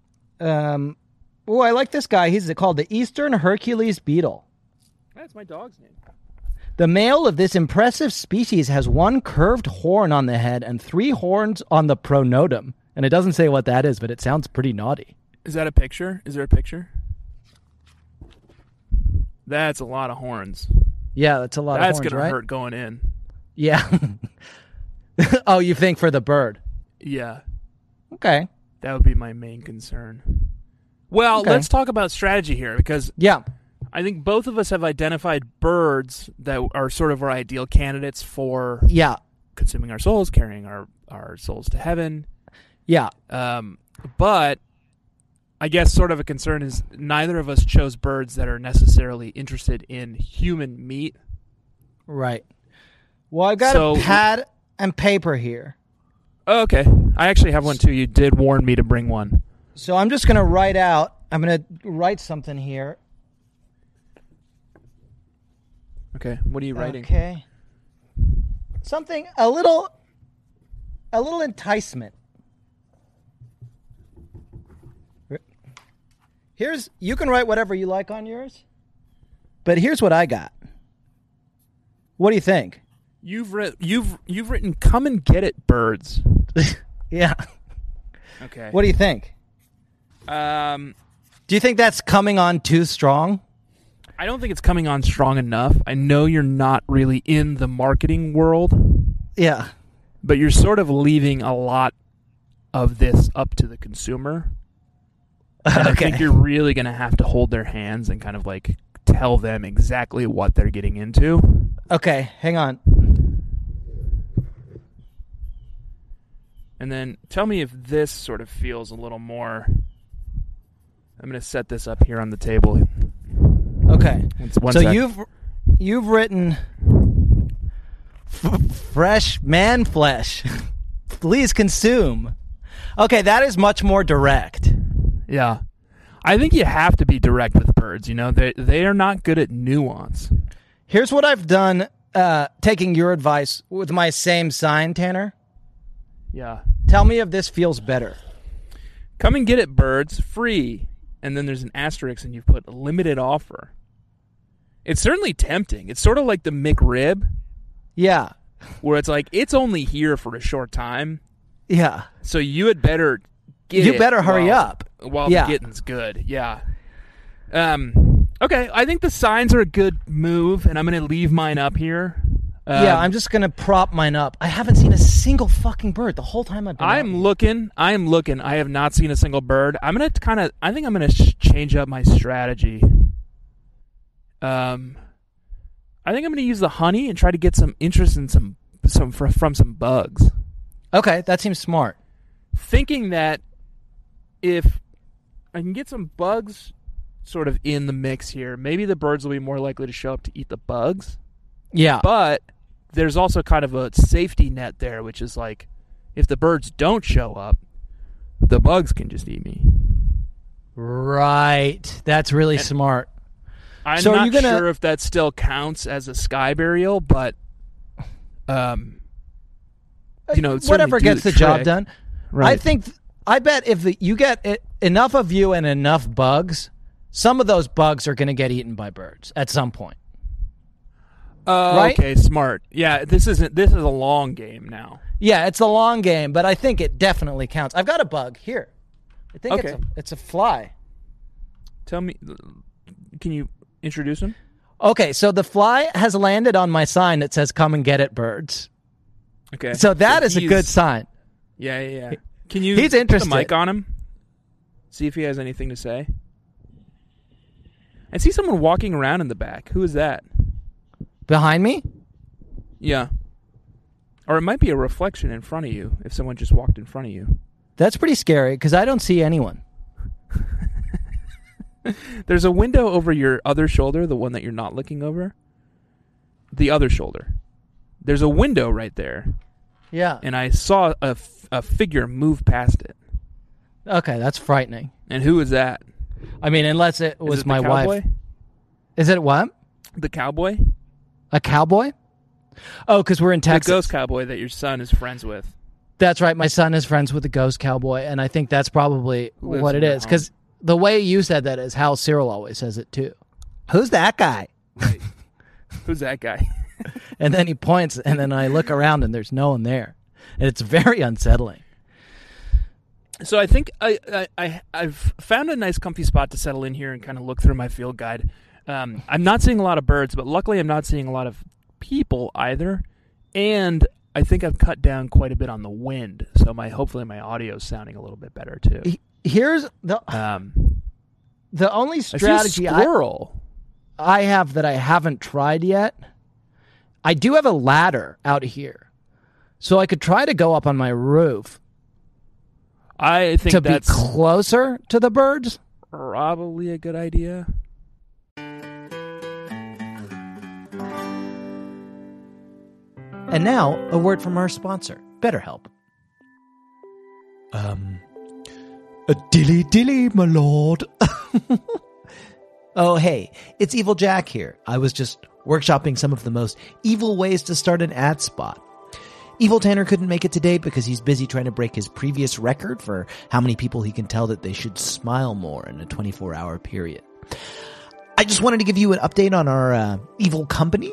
Speaker 4: Um, oh, I like this guy. He's called the Eastern Hercules beetle.
Speaker 3: That's my dog's name.
Speaker 4: The male of this impressive species has one curved horn on the head and three horns on the pronotum. And it doesn't say what that is, but it sounds pretty naughty.
Speaker 3: Is that a picture? Is there a picture? That's a lot of horns.
Speaker 4: Yeah, that's a lot
Speaker 3: That's
Speaker 4: of horns,
Speaker 3: gonna
Speaker 4: right?
Speaker 3: hurt going in.
Speaker 4: Yeah. oh, you think for the bird?
Speaker 3: Yeah.
Speaker 4: Okay.
Speaker 3: That would be my main concern. Well,
Speaker 4: Okay.
Speaker 3: let's talk about strategy here because
Speaker 4: Yeah.
Speaker 3: I think both of us have identified birds that are sort of our ideal candidates for
Speaker 4: Yeah.
Speaker 3: consuming our souls, carrying our, our souls to heaven.
Speaker 4: Yeah.
Speaker 3: Um, but I guess sort of a concern is neither of us chose birds that are necessarily interested in human meat.
Speaker 4: Right. Well, I've got
Speaker 3: So-
Speaker 4: a pad and paper here.
Speaker 3: Oh, okay. I actually have one too. You did warn me to bring one.
Speaker 4: So I'm just going to write out, I'm going to write something here.
Speaker 3: Okay. What are you writing?
Speaker 4: Okay. Something, a little, a little enticement. Here's, you can write whatever you like on yours, but here's what I got. What do you think?
Speaker 3: You've writ you've you've written "Come and Get It, Birds."
Speaker 4: yeah.
Speaker 3: Okay.
Speaker 4: What do you think?
Speaker 3: you- um,
Speaker 4: Do you think that's coming on too strong?
Speaker 3: I don't think it's coming on strong enough. I know you're not really in the marketing world,
Speaker 4: Yeah.
Speaker 3: but you're sort of leaving a lot of this up to the consumer. And I think
Speaker 4: okay.
Speaker 3: you're really going to have to hold their hands and kind of like tell them exactly what they're getting into.
Speaker 4: Okay. Hang on.
Speaker 3: And then tell me if this sort of feels a little more. I'm going to set this up here on the table.
Speaker 4: Okay.
Speaker 3: It's one
Speaker 4: so
Speaker 3: sec.
Speaker 4: you've you've written f- fresh man flesh. Please consume. Okay, that is much more direct.
Speaker 3: Yeah. I think you have to be direct with birds, you know. They they are not good at nuance.
Speaker 4: Here's what I've done uh, taking your advice with my same sign, Tanner.
Speaker 3: Yeah.
Speaker 4: Tell me if this feels better.
Speaker 3: Come and get it birds free. And then there's an asterisk and you put limited offer. It's certainly tempting. It's sort of like the McRib
Speaker 4: Yeah.
Speaker 3: where it's like it's only here for a short time,
Speaker 4: Yeah.
Speaker 3: so you had better get
Speaker 4: You
Speaker 3: it
Speaker 4: better hurry
Speaker 3: while-
Speaker 4: up.
Speaker 3: while
Speaker 4: Yeah.
Speaker 3: the getting's good. Yeah. Um okay, I think the signs are a good move and I'm going to leave mine up here. Um,
Speaker 4: yeah, I'm just going to prop mine up. I haven't seen a single fucking bird the whole time I've been out.
Speaker 3: I'm looking. I am looking. I have not seen a single bird. I'm gonna kind of. I think I'm gonna sh- change up my strategy. Um, I think I'm gonna use the honey and try to get some interest in some some fr- from some bugs.
Speaker 4: Okay, that seems smart.
Speaker 3: Thinking that if I can get some bugs sort of in the mix here, maybe the birds will be more likely to show up to eat the bugs.
Speaker 4: Yeah.
Speaker 3: But there's also kind of a safety net there, which is like if the birds don't show up, the bugs can just eat me.
Speaker 4: right. That's really smart.
Speaker 3: I'm
Speaker 4: So are
Speaker 3: not
Speaker 4: you gonna-
Speaker 3: sure if that still counts as a sky burial, but um, you know, it certainly
Speaker 4: whatever
Speaker 3: do
Speaker 4: gets the,
Speaker 3: the
Speaker 4: job
Speaker 3: trick.
Speaker 4: done. I
Speaker 3: Right.
Speaker 4: think I bet if the, you get it, enough of you and enough bugs, some of those bugs are going to get eaten by birds at some point.
Speaker 3: uh,
Speaker 4: right?
Speaker 3: okay, smart. Yeah, this isn't. This is a long game now.
Speaker 4: Yeah, it's a long game, but I think it definitely counts. I've got a bug here. I think it's
Speaker 3: Okay.
Speaker 4: a, it's a fly.
Speaker 3: Tell me, can you introduce him?
Speaker 4: Okay, so the fly has landed on my sign that says "Come and get it, birds."
Speaker 3: Okay,
Speaker 4: So that is a
Speaker 3: he's-
Speaker 4: good sign.
Speaker 3: Yeah, yeah, yeah. Can you?
Speaker 4: He's
Speaker 3: put
Speaker 4: interested.
Speaker 3: The mic on him. See if he has anything to say. I see someone walking around in the back. Who is that?
Speaker 4: Behind me?
Speaker 3: Yeah. Or it might be a reflection in front of you if someone just walked in front of you.
Speaker 4: That's pretty scary because I don't see anyone.
Speaker 3: There's a window over your other shoulder, the one that you're not looking over. The other shoulder. There's a window right there,
Speaker 4: Yeah.
Speaker 3: and I saw a, f- a figure move past it.
Speaker 4: Okay, that's frightening.
Speaker 3: And who is that?
Speaker 4: I mean, unless it
Speaker 3: Is
Speaker 4: was
Speaker 3: it
Speaker 4: my
Speaker 3: the cowboy?
Speaker 4: wife. Is it what?
Speaker 3: The cowboy?
Speaker 4: A cowboy? Oh, because we're in Texas.
Speaker 3: The ghost cowboy that your son is friends with.
Speaker 4: That's right. My son is friends with the ghost cowboy, and I think that's probably
Speaker 3: Lives
Speaker 4: what it
Speaker 3: in the
Speaker 4: is. Because the way you said that is how Cyril always says it too. Who's that guy?
Speaker 3: Who's that guy?
Speaker 4: And then he points, and then I look around, and there's no one there, and it's very unsettling.
Speaker 3: so I think I, I, I I've found a nice comfy spot to settle in here and kind of look through my field guide. Um, I'm not seeing a lot of birds, but luckily I'm not seeing a lot of people either, and I think I've cut down quite a bit on the wind, so my hopefully my audio's sounding a little bit better too.
Speaker 4: He- Here's the
Speaker 3: Um,
Speaker 4: the only
Speaker 3: I see a
Speaker 4: ah, strategy I,
Speaker 3: squirrel.
Speaker 4: I have that I haven't tried yet. I do have a ladder out here, so I could try to go up on my roof
Speaker 3: I think
Speaker 4: to be
Speaker 3: that's
Speaker 4: closer to the birds.
Speaker 3: probably a good idea.
Speaker 4: And now, a word from our sponsor, BetterHelp.
Speaker 5: Um, a dilly dilly, my lord. oh, hey, it's Evil Jack here. I was just workshopping some of the most evil ways to start an ad spot. Evil Tanner couldn't make it today because he's busy trying to break his previous record for how many people he can tell that they should smile more in a 24 hour period. I just wanted to give you an update on our uh, evil company,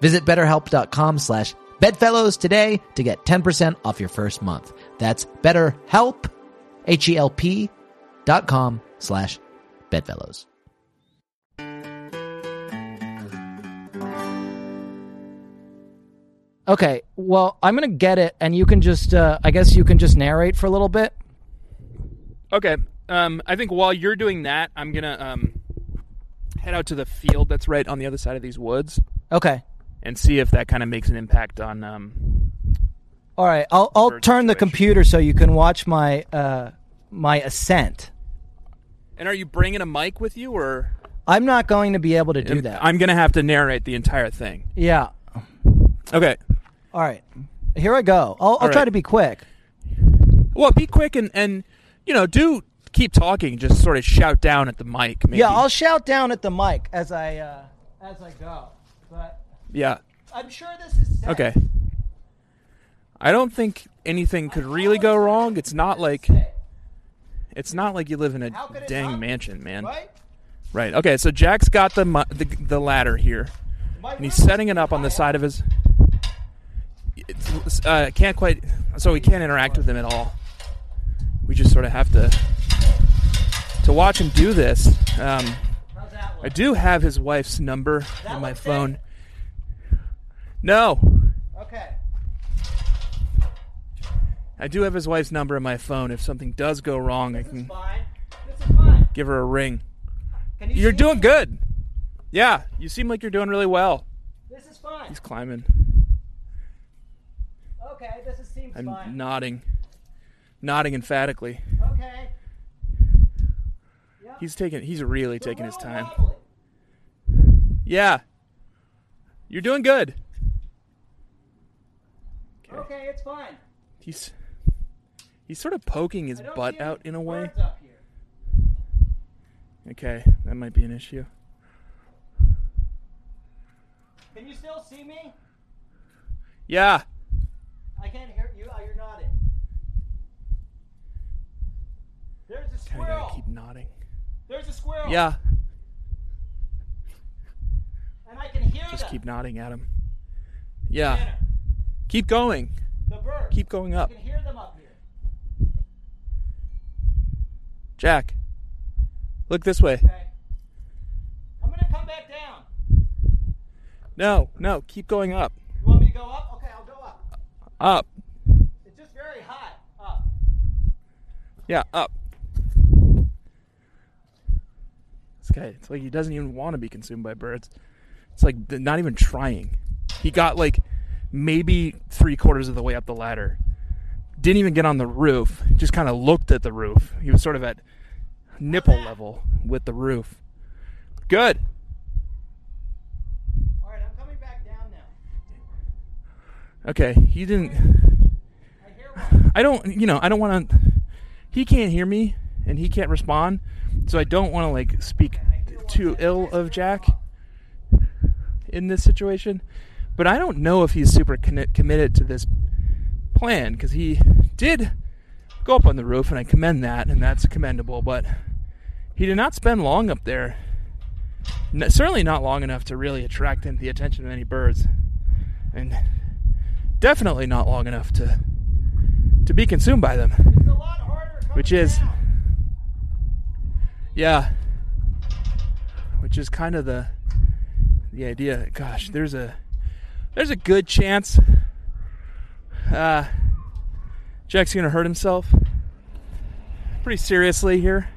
Speaker 4: Visit betterhelp.com slash bedfellows today to get 10% off your first month. That's betterhelp, H-E-L-P dot com slash bedfellows.
Speaker 6: Okay, well, I'm gonna get it, and you can just, uh, I guess you can just narrate for a little bit.
Speaker 3: Okay. Um, I think while you're doing that, I'm gonna um, head out to the field that's right on the other side of these woods
Speaker 6: Okay,
Speaker 3: and see if that kind of makes an impact on. Um,
Speaker 6: all right. I'll I'll
Speaker 3: Bird
Speaker 6: turn the
Speaker 3: situation.
Speaker 6: computer so you can watch my uh, my ascent.
Speaker 3: and are you bringing a mic with you, or
Speaker 6: I'm not going to be able to do that.
Speaker 3: I'm gonna have to narrate the entire thing.
Speaker 6: yeah.
Speaker 3: Okay.
Speaker 6: All right. Here I go. I'll, I'll
Speaker 3: right.
Speaker 6: try to be quick.
Speaker 3: Well, be quick and and you know do keep talking. Just sort of shout down at the mic. Maybe.
Speaker 6: Yeah, I'll shout down at the mic as I uh, as I go. But
Speaker 3: yeah.
Speaker 6: I'm sure this is set.
Speaker 3: Okay. I don't think anything could really go wrong. It's not like it's not like you live in a
Speaker 6: How could it
Speaker 3: dang
Speaker 6: not?
Speaker 3: mansion, man.
Speaker 6: Right?
Speaker 3: Right. Okay. So Jack's got the mu- the, the ladder here,
Speaker 6: My
Speaker 3: and he's
Speaker 6: room
Speaker 3: setting it up on the side of his. It's, uh, can't quite. So we can't interact with him at all. We just sort of have to to watch him do this. Um,
Speaker 6: How's that
Speaker 3: I
Speaker 6: look?
Speaker 3: do have his wife's number
Speaker 6: That
Speaker 3: in my
Speaker 6: looks it.
Speaker 3: phone. No,
Speaker 6: Okay.
Speaker 3: I do have his wife's number in my phone. If something does go wrong, I can
Speaker 6: Fine. This is fine.
Speaker 3: give her a ring.
Speaker 6: Can you
Speaker 3: You're
Speaker 6: see
Speaker 3: doing
Speaker 6: me?
Speaker 3: good. Yeah, you seem like you're doing really well.
Speaker 6: This is fine.
Speaker 3: He's climbing.
Speaker 6: Okay, this is, seems
Speaker 3: I'm
Speaker 6: fine.
Speaker 3: nodding, nodding emphatically.
Speaker 6: okay.
Speaker 3: He's taking. He's really
Speaker 6: The
Speaker 3: taking his
Speaker 6: room
Speaker 3: time.
Speaker 6: wobbly.
Speaker 3: Yeah, you're doing good.
Speaker 6: Okay, it's fine.
Speaker 3: He's he's sort of poking his
Speaker 6: I don't see
Speaker 3: butt
Speaker 6: any
Speaker 3: out in a way.
Speaker 6: birds up here.
Speaker 3: Okay, that might be an issue.
Speaker 6: Can you still see me?
Speaker 3: Yeah,
Speaker 6: I can't hear you. Oh, you're nodding. There's a
Speaker 3: I
Speaker 6: squirrel.
Speaker 3: gotta keep nodding.
Speaker 6: There's a squirrel.
Speaker 3: Yeah,
Speaker 6: And I can hear
Speaker 3: just
Speaker 6: them.
Speaker 3: keep nodding at him. Yeah,
Speaker 6: Tanner,
Speaker 3: keep going.
Speaker 6: The bird.
Speaker 3: Keep going
Speaker 6: I
Speaker 3: up,
Speaker 6: can hear them up here.
Speaker 3: Jack. Look this way.
Speaker 6: Okay. I'm gonna come back down.
Speaker 3: No, no, keep going up,
Speaker 6: You want me to go up? Okay, I'll go up.
Speaker 3: up.
Speaker 6: It's just very high up.
Speaker 3: Yeah, up. This guy, it's like he doesn't even want to be consumed by birds. It's like th- not even trying. He got like maybe three quarters of the way up the ladder. Didn't even get on the roof. Just kind of looked at the roof. He was sort of at nipple level with the roof. Good.
Speaker 6: All right, I'm coming back down now.
Speaker 3: Okay, he didn't.
Speaker 6: I hear one.
Speaker 3: I don't, you know, I don't want to. He can't hear me and he can't respond, so I don't want to like speak too ill of Jack in this situation. But I don't know if he's super conne- committed to this plan because he did go up on the roof, and I commend that, and that's commendable. But he did not spend long up there. N- certainly not long enough to really attract in the attention of any birds, and definitely not long enough to to be consumed by them. which is, yeah, which is kind of the the idea. Gosh, there's a there's a good chance uh, Jack's gonna hurt himself pretty seriously here.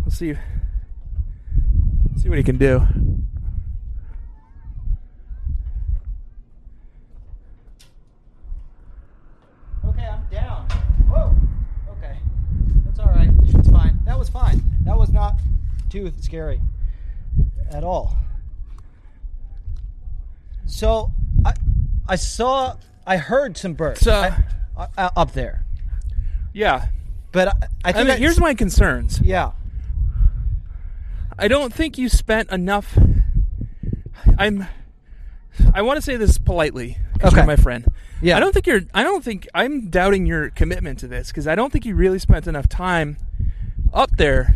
Speaker 3: We'll see see what he can do.
Speaker 4: Okay, I'm down. Whoa. Okay. That's all right. It's fine. That was fine. That was not too scary at all. So I, I saw, I heard some birds
Speaker 3: So-
Speaker 4: I- I-
Speaker 6: uh,
Speaker 4: I- up there,
Speaker 3: Yeah.
Speaker 4: but I, I
Speaker 3: I
Speaker 4: think
Speaker 3: mean,
Speaker 4: I-
Speaker 3: here's my concerns.
Speaker 4: yeah.
Speaker 3: I don't think you spent enough. I'm. I want to say this politely, 'cause you're
Speaker 4: Okay.
Speaker 3: my friend.
Speaker 4: Yeah.
Speaker 3: I don't think you're. I don't think I'm doubting your commitment to this because I don't think you really spent enough time up there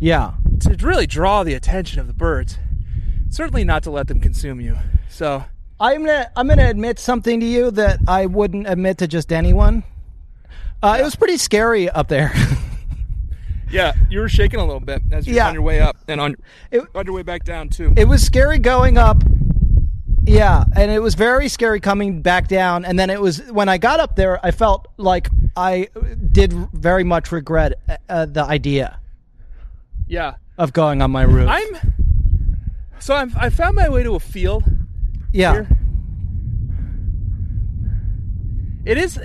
Speaker 4: Yeah.
Speaker 3: to really draw the attention of the birds. Certainly not to let them consume you. So
Speaker 4: I'm gonna I'm gonna admit something to you that I wouldn't admit to just anyone. Uh, It was pretty scary up there.
Speaker 3: yeah, you were shaking a little bit as you're
Speaker 4: Yeah.
Speaker 3: on your way up and on
Speaker 4: It-
Speaker 3: on your way back down too.
Speaker 4: it was scary going up. Yeah, and it was very scary coming back down. And then it was when I got up there, I felt like I did very much regret uh, the idea
Speaker 3: yeah,
Speaker 4: of going on my roof.
Speaker 3: I'm. So I'm, I found my way to a field
Speaker 4: yeah,
Speaker 3: here. It is.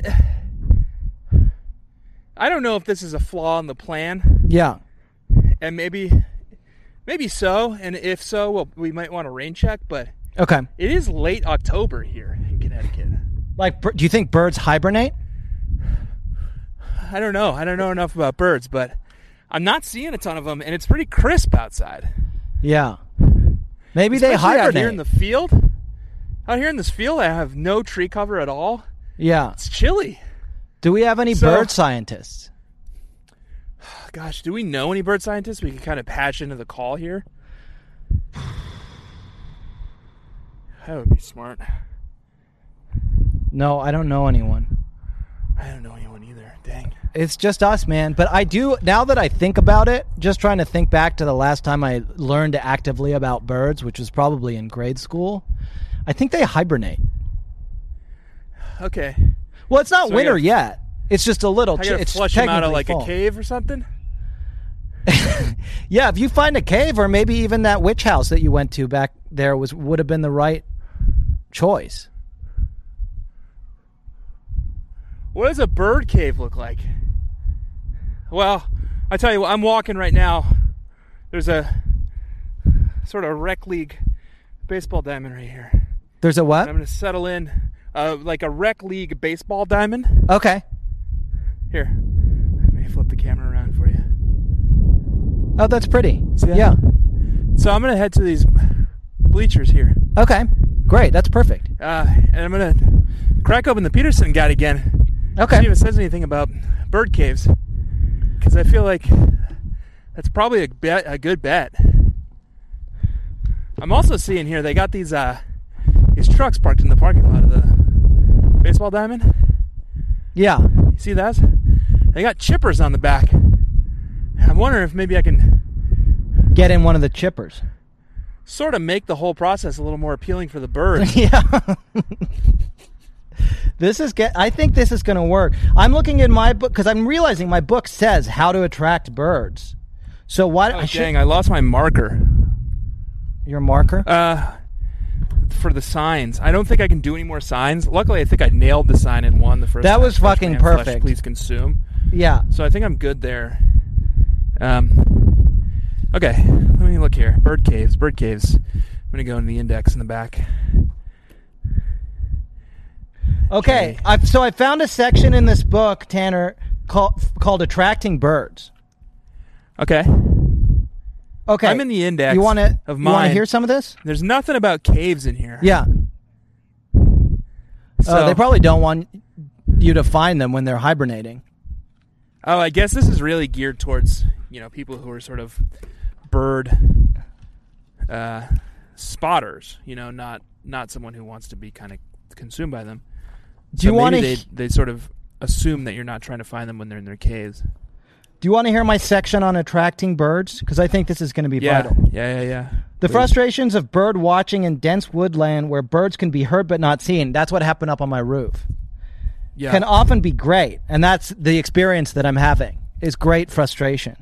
Speaker 3: I don't know if this is a flaw in the plan,
Speaker 4: yeah,
Speaker 3: and maybe, maybe so. And if so, well, we might want to rain check. But
Speaker 4: okay.
Speaker 3: it is late October here in Connecticut.
Speaker 4: Like, bir- do you think birds hibernate?
Speaker 3: I don't know. I don't know enough about birds, but I'm not seeing a ton of them, and it's pretty crisp outside.
Speaker 4: Yeah, maybe
Speaker 3: Especially
Speaker 4: they
Speaker 3: out
Speaker 4: hibernate.
Speaker 3: here in the field. Out here in this field, I have no tree cover at all.
Speaker 4: yeah.
Speaker 3: It's chilly.
Speaker 4: Do we have any
Speaker 3: So-
Speaker 4: bird scientists?
Speaker 3: Gosh, do we know any bird scientists we could kind of patch into the call here? That would be smart.
Speaker 4: No, I don't know anyone.
Speaker 3: I don't know anyone either. Dang.
Speaker 4: It's just us, man. But I do now that I think about it, just trying to think back to the last time I learned actively about birds, which was probably in grade school. I think they hibernate.
Speaker 3: Okay.
Speaker 4: Well, it's not
Speaker 3: So I
Speaker 4: winter
Speaker 3: gotta-
Speaker 4: yet. It's just a little.
Speaker 3: I
Speaker 4: chi-
Speaker 3: gotta
Speaker 4: it's
Speaker 3: flush them out of
Speaker 4: technically
Speaker 3: like
Speaker 4: fall.
Speaker 3: a cave or something.
Speaker 4: Yeah, if you find a cave, or maybe even that witch house that you went to back there was would have been the right choice.
Speaker 3: What does a bird cave look like? Well, I tell you what, I'm walking right now. There's a sort of rec league baseball diamond right here.
Speaker 4: There's a
Speaker 3: And I'm
Speaker 4: what?
Speaker 3: gonna settle in, uh, like a rec league baseball diamond.
Speaker 4: Okay.
Speaker 3: Here, let me flip the camera around for you.
Speaker 4: Oh, that's pretty.
Speaker 3: See that?
Speaker 4: Yeah.
Speaker 3: So I'm gonna head to these bleachers here,
Speaker 4: Okay. Great. That's perfect.
Speaker 3: uh, and I'm gonna crack open the Peterson guide again. See
Speaker 4: Okay.
Speaker 3: if it says anything about bird caves, because I feel like that's probably a bet, a good bet. I'm also seeing here they got these uh, these trucks parked in the parking lot of the baseball diamond.
Speaker 4: Yeah.
Speaker 3: You see that? They got chippers on the back. I'm wondering if maybe I can
Speaker 4: Get in one of the chippers.
Speaker 3: sort of make the whole process a little more appealing for the birds.
Speaker 4: Yeah. this is get. I think this is going to work. I'm looking in my book because I'm realizing my book says how to attract birds. So why?
Speaker 3: Oh,
Speaker 4: I should-
Speaker 3: dang, I lost my marker
Speaker 4: your marker.
Speaker 3: uh, for the signs. I don't think I can do any more signs. Luckily, I think I nailed the sign and won the first.
Speaker 4: That
Speaker 3: time.
Speaker 4: was
Speaker 3: Fresh
Speaker 4: fucking
Speaker 3: man, flesh,
Speaker 4: perfect.
Speaker 3: please consume.
Speaker 4: yeah.
Speaker 3: So I think I'm good there. Um, okay, let me look here. Bird caves, bird caves. I'm gonna go into the index in the back.
Speaker 4: Okay.
Speaker 3: okay.
Speaker 4: I've, so I found a section in this book, Tanner, called called attracting birds.
Speaker 3: Okay,
Speaker 4: Okay.
Speaker 3: I'm in the index.
Speaker 4: You want to?
Speaker 3: of
Speaker 4: You want
Speaker 3: mine.
Speaker 4: to hear some of this?
Speaker 3: There's nothing about caves in here.
Speaker 4: Yeah. Oh,
Speaker 3: So
Speaker 4: they probably don't want you to find them when they're hibernating.
Speaker 3: Oh, I guess this is really geared towards you know people who are sort of bird uh, spotters. You know, not not someone who wants to be kind of consumed by them.
Speaker 4: Do you
Speaker 3: So
Speaker 4: want
Speaker 3: maybe
Speaker 4: to?
Speaker 3: They, they sort of assume that you're not trying to find them when they're in their caves.
Speaker 4: Do you want to hear my section on attracting birds? Because I think this is going to be
Speaker 3: Yeah,
Speaker 4: vital.
Speaker 3: yeah, yeah, yeah.
Speaker 4: The frustrations of bird watching in dense woodland where birds can be heard but not seen. That's what happened up on my roof.
Speaker 3: yeah.
Speaker 4: Can often be great, and that's the experience that I'm having. Is great frustration.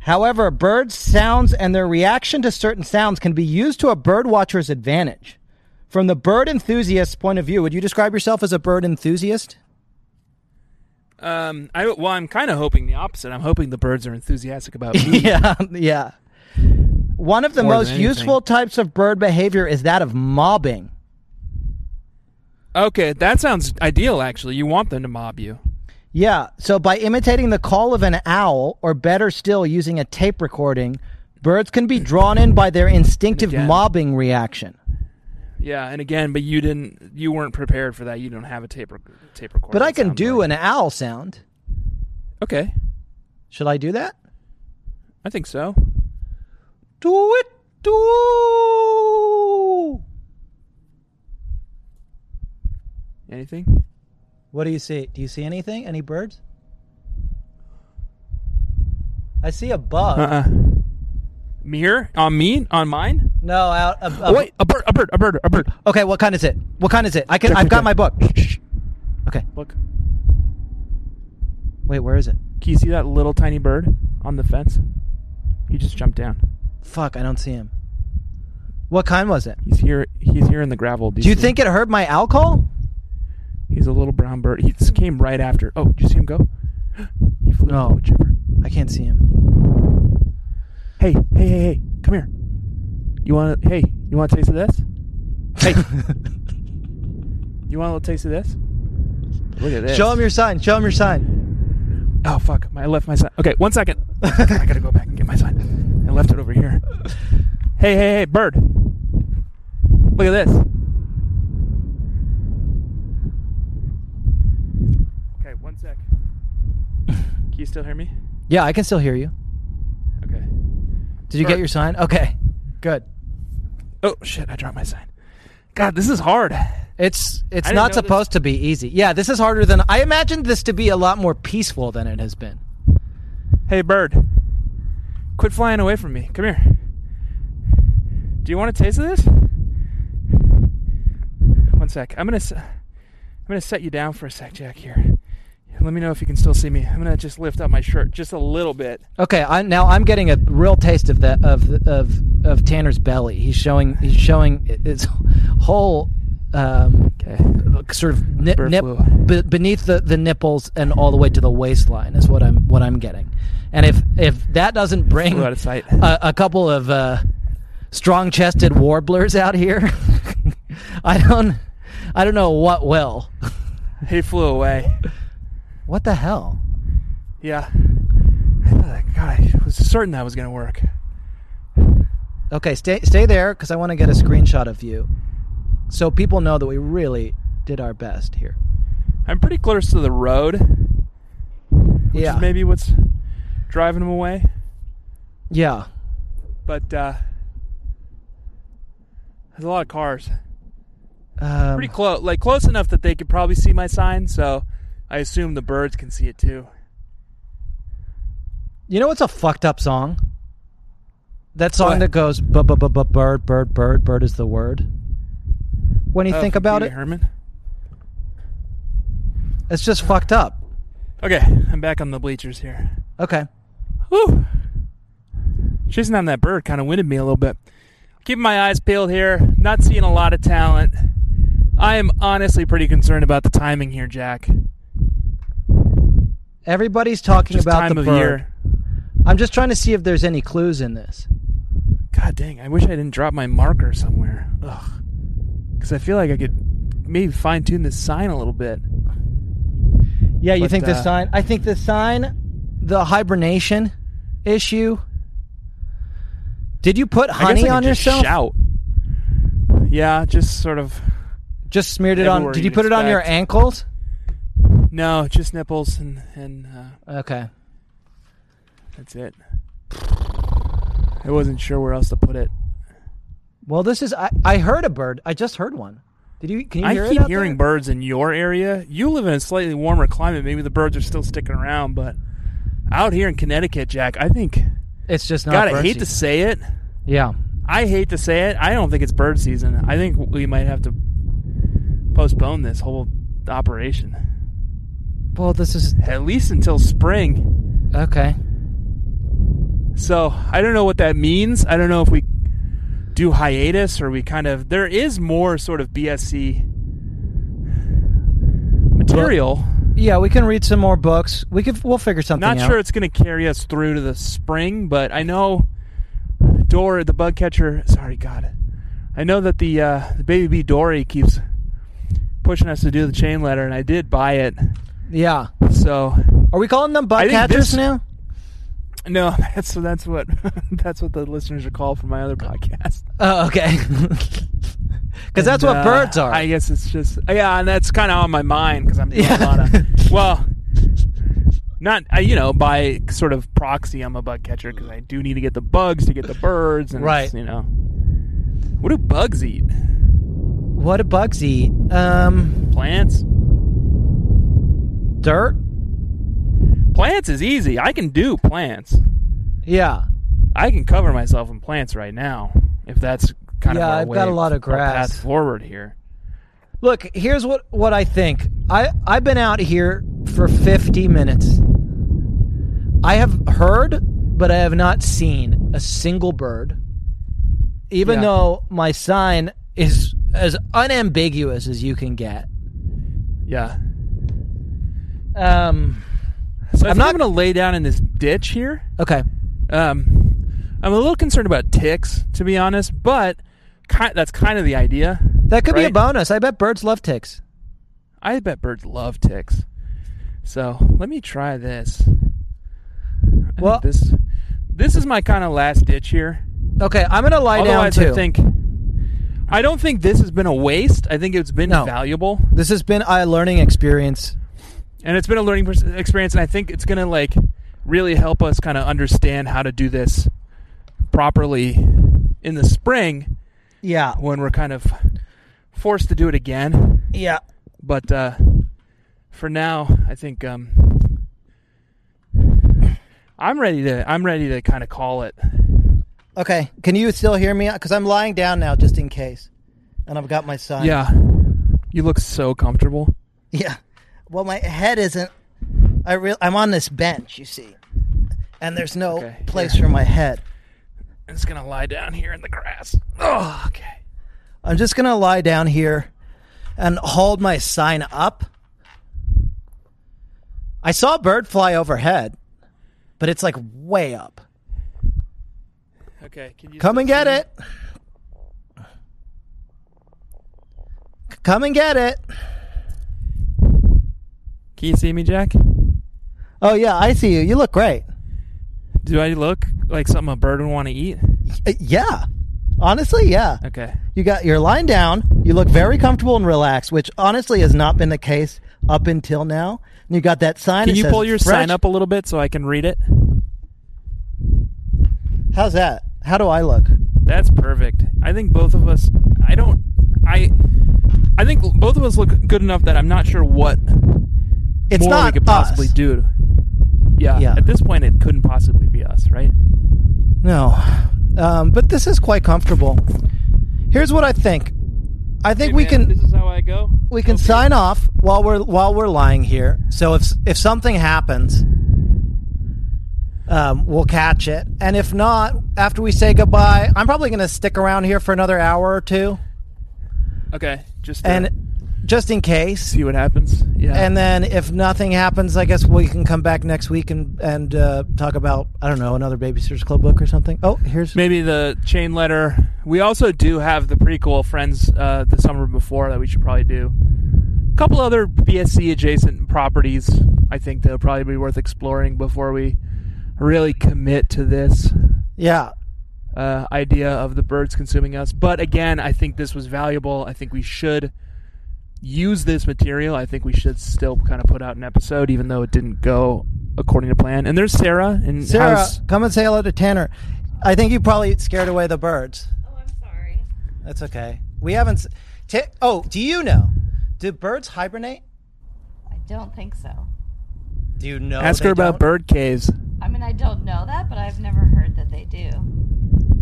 Speaker 4: However, birds' sounds and their reaction to certain sounds can be used to a bird watcher's advantage. From the bird enthusiast's point of view, would you describe yourself as a bird enthusiast?
Speaker 3: um, I well, I'm kind of hoping the opposite. I'm hoping the birds are enthusiastic about me.
Speaker 4: yeah, yeah. One of the
Speaker 3: More than
Speaker 4: most
Speaker 3: anything.
Speaker 4: useful types of bird behavior is that of mobbing.
Speaker 3: Okay, that sounds ideal. Actually, you want them to mob you.
Speaker 4: Yeah, so by imitating the call of an owl, or better still, using a tape recording, birds can be drawn in by their instinctive
Speaker 3: Again.
Speaker 4: mobbing reaction.
Speaker 3: Yeah, and again, but you didn't. You weren't prepared for that. You don't have a tape rec- tape recorder.
Speaker 4: But I
Speaker 3: it
Speaker 4: can
Speaker 3: sounds
Speaker 4: do
Speaker 3: like.
Speaker 4: an owl sound.
Speaker 3: Okay,
Speaker 4: Should I do that?
Speaker 3: I think so.
Speaker 4: Do it, do.
Speaker 3: Anything?
Speaker 4: What do you see? Do you see anything? Any birds? I see a bug.
Speaker 3: Uh. uh Mirror on me on mine.
Speaker 4: No, out. A, a,
Speaker 3: Oh, wait, a bird, a bird, a bird, a bird.
Speaker 4: Okay, what kind is it? What kind is it? I can.
Speaker 3: Check,
Speaker 4: I've
Speaker 3: check,
Speaker 4: got
Speaker 3: check.
Speaker 4: my book. Shh, shh, shh. Okay.
Speaker 3: Look,
Speaker 4: Wait, where is it?
Speaker 3: can you see that little tiny bird on the fence? He just jumped down.
Speaker 4: Fuck, I don't see him. What kind was it?
Speaker 3: He's here. He's here in the gravel.
Speaker 4: Do you
Speaker 3: see
Speaker 4: think it heard my owl call?
Speaker 3: he's a little brown bird? He just came right after. Oh, did you see him go? he flew
Speaker 4: No.
Speaker 3: no. chipper.
Speaker 4: I can't see him.
Speaker 3: Hey, hey, hey, hey! Come here. You want? to Hey, you want a taste of this? Hey, you want a little taste of this? Look at this.
Speaker 4: Show him your sign. Show him your sign.
Speaker 3: Oh fuck! My, I left my sign. Okay, one second. I gotta go back and get my sign. I left it over here. Hey, hey, hey, bird! Look at this. Okay, one sec. Can you still hear me?
Speaker 4: Yeah, I can still hear you.
Speaker 3: Okay.
Speaker 4: Did you
Speaker 3: Bird.
Speaker 4: get your sign? Okay, good.
Speaker 3: Oh shit! I dropped my sign. God, this is hard.
Speaker 4: It's it's
Speaker 3: I didn't
Speaker 4: not
Speaker 3: know this-
Speaker 4: supposed to be easy. Yeah, this is harder than I imagined this to be a lot more peaceful than it has been.
Speaker 3: Hey, bird. Quit flying away from me. Come here. Do you want a taste of this? One sec. I'm gonna. s- I'm gonna set you down for a sec, Jack. Here. Let me know if you can still see me. I'm gonna just lift up my shirt just a little bit.
Speaker 4: Okay, I, now I'm getting a real taste of that of of of Tanner's belly. He's showing he's showing his whole um,
Speaker 3: Okay.
Speaker 4: sort of nip,
Speaker 3: Bird
Speaker 4: nip
Speaker 3: flu.
Speaker 4: be- beneath the, the nipples and all the way to the waistline is what I'm what I'm getting. And if if that doesn't bring
Speaker 3: Flew out of sight.
Speaker 4: a, a couple of uh, strong chested warblers out here, I don't I don't know what will.
Speaker 3: He flew away.
Speaker 4: What the hell?
Speaker 3: Yeah. I thought, that- God, I was certain that was gonna work.
Speaker 4: Okay, stay stay there because I want to get a screenshot of you, so people know that we really did our best here.
Speaker 3: I'm pretty close to the road, which
Speaker 4: yeah,
Speaker 3: is maybe what's driving him away.
Speaker 4: yeah.
Speaker 3: But uh, there's a lot of cars.
Speaker 4: Um,
Speaker 3: pretty close, like close enough that they could probably see my sign. So I assume the birds can see it too.
Speaker 4: You know what's a fucked up song? That song
Speaker 3: What?
Speaker 4: that goes bu- bu- bu- bu- bird bird bird bird is the word. When you
Speaker 3: Oh,
Speaker 4: think
Speaker 3: from
Speaker 4: about
Speaker 3: Pee Wee
Speaker 4: it,
Speaker 3: Herman.
Speaker 4: it's just fucked up.
Speaker 3: Okay, I'm back on the bleachers here.
Speaker 4: Okay.
Speaker 3: Whew. Chasing down that bird kind of winded me a little bit. Keeping my eyes peeled here, not seeing a lot of talent. I am honestly pretty concerned about the timing here, Jack.
Speaker 4: Everybody's talking
Speaker 3: Just
Speaker 4: about
Speaker 3: time
Speaker 4: the
Speaker 3: of
Speaker 4: bird.
Speaker 3: year.
Speaker 4: I'm just trying to see if there's any clues in this.
Speaker 3: God dang, I wish I didn't drop my marker somewhere. Ugh. Because I feel like I could maybe fine tune this sign a little bit.
Speaker 4: Yeah, you
Speaker 3: But,
Speaker 4: think the
Speaker 3: uh,
Speaker 4: sign? I think the sign, the hibernation issue. Did you put
Speaker 3: I guess
Speaker 4: honey
Speaker 3: I could
Speaker 4: on
Speaker 3: just
Speaker 4: yourself?
Speaker 3: Shout. Yeah, just sort of
Speaker 4: Just smeared it on.
Speaker 3: Everywhere
Speaker 4: Did
Speaker 3: you'd
Speaker 4: you put it on your
Speaker 3: expect.
Speaker 4: ankles?
Speaker 3: No, just nipples and and uh,
Speaker 4: Okay.
Speaker 3: that's it. I wasn't sure where else to put it.
Speaker 4: Well, this is. I, I heard a bird. I just heard one. Did you? Can you
Speaker 3: I
Speaker 4: hear it?
Speaker 3: keep
Speaker 4: out
Speaker 3: hearing
Speaker 4: there?
Speaker 3: birds in your area. You live in a slightly warmer climate. Maybe the birds are still sticking around, but out here in Connecticut, Jack, I think
Speaker 4: It's just not.
Speaker 3: God, I
Speaker 4: bird
Speaker 3: hate to
Speaker 4: season.
Speaker 3: say it.
Speaker 4: Yeah.
Speaker 3: I hate to say it. I don't think it's bird season. I think we might have to postpone this whole operation
Speaker 4: Well, this is
Speaker 3: at least until spring.
Speaker 4: okay.
Speaker 3: So I don't know what that means. I don't know if we do hiatus or we kind of there is more sort of BSC material.
Speaker 4: Yeah, we can read some more books. We could. We'll figure something
Speaker 3: Not
Speaker 4: out.
Speaker 3: sure it's going to carry us through to the spring, but I know Dora the bug catcher. Sorry, God, I know that the uh, the baby bee Dory keeps pushing us to do the chain letter, and I did buy it.
Speaker 4: Yeah.
Speaker 3: So
Speaker 4: Are we calling them
Speaker 3: I
Speaker 4: bug
Speaker 3: think
Speaker 4: catchers
Speaker 3: this-
Speaker 4: now?
Speaker 3: no, that's so that's what that's what the listeners are called for my other podcast.
Speaker 4: Oh, okay. Because that's what
Speaker 3: Uh,
Speaker 4: birds are.
Speaker 3: I guess it's just yeah, and that's kind of on my mind because I'm doing
Speaker 4: Yeah.
Speaker 3: a lot of well, not I, you know by sort of proxy, I'm a bug catcher because I do need to get the bugs to get the birds, and
Speaker 4: Right.
Speaker 3: it's, you know, what do bugs eat?
Speaker 4: what do bugs eat? Um,
Speaker 3: Plants.
Speaker 4: dirt.
Speaker 3: Plants is easy. I can do plants.
Speaker 4: Yeah.
Speaker 3: I can cover myself in plants right now if that's kind
Speaker 4: Yeah,
Speaker 3: of our
Speaker 4: I've got
Speaker 3: way-
Speaker 4: a lot of
Speaker 3: our
Speaker 4: grass.
Speaker 3: path forward here.
Speaker 4: Look, here's what what I think. I I've been out here for 50 minutes. I have heard, but I have not seen a single bird. Even
Speaker 3: Yeah.
Speaker 4: though my sign is as unambiguous as you can get.
Speaker 3: Yeah.
Speaker 4: Um
Speaker 3: So I'm
Speaker 4: not-
Speaker 3: not going to lay down in this ditch here.
Speaker 4: okay.
Speaker 3: Um, I'm a little concerned about ticks, to be honest, but ki- that's kind of the idea.
Speaker 4: That could be a
Speaker 3: Right.
Speaker 4: bonus. I bet birds love ticks.
Speaker 3: I bet birds love ticks. So let me try this. I think
Speaker 4: Well-
Speaker 3: this this is my kind of last ditch here.
Speaker 4: Okay, I'm going to lie
Speaker 3: Otherwise,
Speaker 4: down too.
Speaker 3: I think I don't think this has been a waste. I think it's been
Speaker 4: No.
Speaker 3: valuable,
Speaker 4: this has been a learning experience.
Speaker 3: and it's been a learning pers- experience. And I think it's gonna like really help us kind of understand how to do this properly in the spring.
Speaker 4: Yeah.
Speaker 3: when we're kind of forced to do it again.
Speaker 4: Yeah.
Speaker 3: But uh, for now, I think um, I'm ready to I'm ready to kind of call it.
Speaker 4: Okay. Can you still hear me? Because I'm lying down now, just in case. And I've got my sign.
Speaker 3: Yeah, you look so comfortable.
Speaker 4: Yeah. Well, my head isn't. I real. I'm on this bench, you see, and there's no
Speaker 3: Okay,
Speaker 4: place for my head.
Speaker 3: I'm just gonna lie down here in the grass. Oh, okay.
Speaker 4: I'm just gonna lie down here and hold my sign up. I saw a bird fly overhead, but it's like way up.
Speaker 3: Okay. Can you
Speaker 4: Come
Speaker 3: still
Speaker 4: and get
Speaker 3: see me?
Speaker 4: it. C- Come and get it.
Speaker 3: Can you see me, Jack?
Speaker 4: Oh yeah, I see you. You look great.
Speaker 3: Do I look like something a bird would want to eat?
Speaker 4: Uh, yeah. Honestly, yeah.
Speaker 3: Okay.
Speaker 4: You got you're lying down. You look very comfortable and relaxed, which honestly has not been the case up until now. And you got that sign.
Speaker 3: Can
Speaker 4: that
Speaker 3: you
Speaker 4: says
Speaker 3: pull your
Speaker 4: fresh-
Speaker 3: sign up a little bit so I can read it?
Speaker 4: How's that? How do I look?
Speaker 3: That's perfect. I think both of us. I don't. I. I think both of us look good enough that I'm not sure what
Speaker 4: It's
Speaker 3: more
Speaker 4: not
Speaker 3: we could
Speaker 4: us.
Speaker 3: possibly do. Yeah,
Speaker 4: Yeah.
Speaker 3: At this point, it couldn't possibly be us, right?
Speaker 4: No, um, but this is quite comfortable. Here's what I think. I think we can
Speaker 3: is how I go.
Speaker 4: we can sign off while we're while we're lying here. So if if something happens, um, we'll catch it. And if not, after we say goodbye, I'm probably going to stick around here for another hour or two,
Speaker 3: Okay. Just
Speaker 4: and
Speaker 3: and
Speaker 4: just in case.
Speaker 3: see what happens. Yeah.
Speaker 4: And then if nothing happens, I guess we can come back next week and and uh, talk about I don't know another Babysitters Club book or something. Oh, here's
Speaker 3: maybe the chain letter. We also do have the prequel Friends uh, the summer before that we should probably do. A couple other BSC adjacent properties. I think that would probably be worth exploring before we really commit to this
Speaker 4: yeah.
Speaker 3: uh, idea of the birds consuming us. But again, I think this was valuable. I think we should use this material, I think we should still kind of put out an episode, even though it didn't go according to plan. And there's Sarah and
Speaker 4: Sarah,
Speaker 3: how's-
Speaker 4: come and say hello to Tanner. I think you probably scared away the birds.
Speaker 7: Oh, I'm sorry.
Speaker 4: That's okay. We haven't. s- Ta- oh, do you know? Do birds hibernate?
Speaker 7: I don't think so.
Speaker 4: Do you know?
Speaker 3: ask
Speaker 4: they
Speaker 3: her about
Speaker 4: don't?
Speaker 3: bird caves.
Speaker 7: I mean, I don't know that, but I've never heard that they do.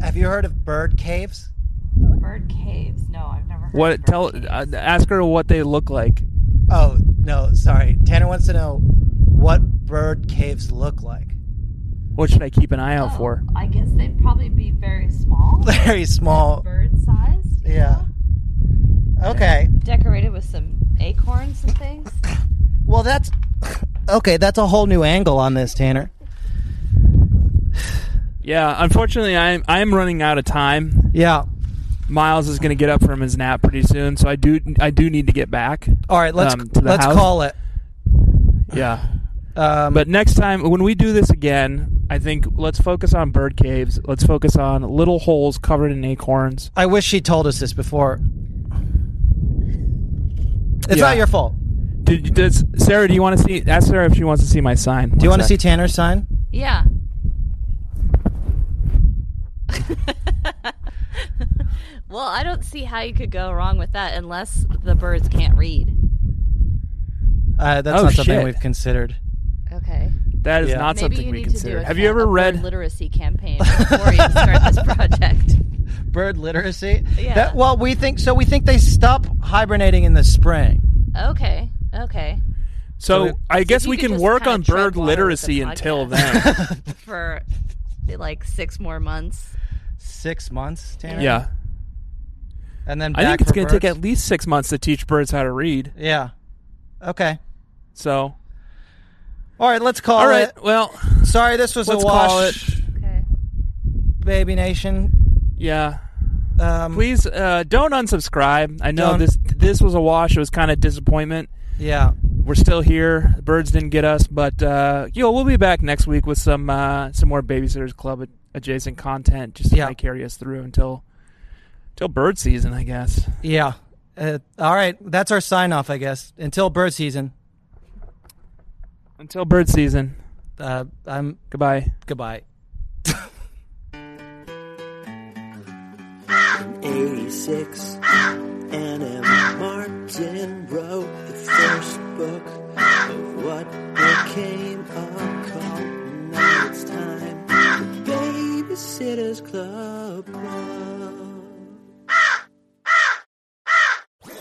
Speaker 4: Have you heard of bird caves?
Speaker 7: Bird caves? No, I've never heard. of
Speaker 3: What
Speaker 7: bird
Speaker 3: tell?
Speaker 7: caves.
Speaker 3: Uh, ask her what they look like.
Speaker 4: Oh no, sorry. Tanner wants to know what bird caves look like.
Speaker 3: What should I keep an eye out
Speaker 7: Oh,
Speaker 3: for?
Speaker 7: I guess they'd probably be very small,
Speaker 4: Very small.
Speaker 7: bird sized.
Speaker 4: Yeah. Okay.
Speaker 7: Decorated with some acorns and things.
Speaker 4: Well, that's okay. That's a whole new angle on this, Tanner.
Speaker 3: Yeah, unfortunately, I'm I'm running out of time.
Speaker 4: Yeah.
Speaker 3: Miles is going to get up from his nap pretty soon, so I do I do need to get back.
Speaker 4: All right. Let's
Speaker 3: um, to the
Speaker 4: let's
Speaker 3: house.
Speaker 4: call it.
Speaker 3: Yeah,
Speaker 4: Um,
Speaker 3: but next time when we do this again, I think let's focus on bird caves. Let's focus on little holes covered in acorns.
Speaker 4: I wish she told us this before. It's
Speaker 3: Yeah.
Speaker 4: not your fault.
Speaker 3: Did, does Sarah? Do you want to see? Ask Sarah if she wants to see my sign.
Speaker 4: Do you want to see Tanner's sign?
Speaker 7: Yeah. well, I don't see how you could go wrong with that unless the birds can't read.
Speaker 4: Uh, that's
Speaker 3: Oh,
Speaker 4: not something
Speaker 3: shit.
Speaker 4: we've considered.
Speaker 7: Okay.
Speaker 3: that is
Speaker 4: Yeah.
Speaker 3: not
Speaker 7: Maybe
Speaker 3: something
Speaker 7: you
Speaker 3: we
Speaker 7: need to
Speaker 3: consider.
Speaker 7: do a
Speaker 3: Have you
Speaker 7: ca- a
Speaker 3: ever
Speaker 7: bird
Speaker 3: read?
Speaker 7: literacy campaign before you start this project?
Speaker 4: Bird literacy.
Speaker 7: Yeah.
Speaker 4: That, well, we think so. We think they stop hibernating in the spring.
Speaker 7: Okay. Okay.
Speaker 3: so
Speaker 4: So
Speaker 3: I guess
Speaker 7: you
Speaker 3: we
Speaker 7: could
Speaker 3: can
Speaker 7: just
Speaker 3: work
Speaker 7: kinda
Speaker 3: on
Speaker 7: tread
Speaker 3: bird
Speaker 7: water with the
Speaker 3: literacy until
Speaker 7: podcast.
Speaker 3: then.
Speaker 7: for like six more months.
Speaker 4: Six months, Tanner.
Speaker 3: yeah,
Speaker 4: And then
Speaker 3: I
Speaker 4: back
Speaker 3: think it's
Speaker 4: for
Speaker 3: going to take
Speaker 4: birds?
Speaker 3: at least six months to teach birds how to read.
Speaker 4: Yeah. Okay.
Speaker 3: So
Speaker 4: All right. Let's call
Speaker 3: all right,
Speaker 4: it.
Speaker 3: well,
Speaker 4: Sorry, this was
Speaker 3: let's
Speaker 4: a wash,
Speaker 3: call it.
Speaker 7: Okay.
Speaker 4: baby nation.
Speaker 3: Yeah.
Speaker 4: Um,
Speaker 3: Please uh, don't unsubscribe. I know
Speaker 4: Don't.
Speaker 3: this this was a wash. It was kind of disappointment.
Speaker 4: Yeah.
Speaker 3: We're still here. The birds didn't get us, but uh, you know we'll be back next week with some uh, some more Babysitters Club ad- adjacent content just to
Speaker 4: Yeah.
Speaker 3: kinda carry us through until until bird season, I guess.
Speaker 4: Yeah. Uh, all right. That's our sign off, I guess. Until bird season.
Speaker 3: Until bird season.
Speaker 4: Uh, I'm
Speaker 3: Goodbye.
Speaker 4: goodbye.
Speaker 2: 86. Anna Martin wrote the first book of what became a cult. Now it's time for Babysitter's Club.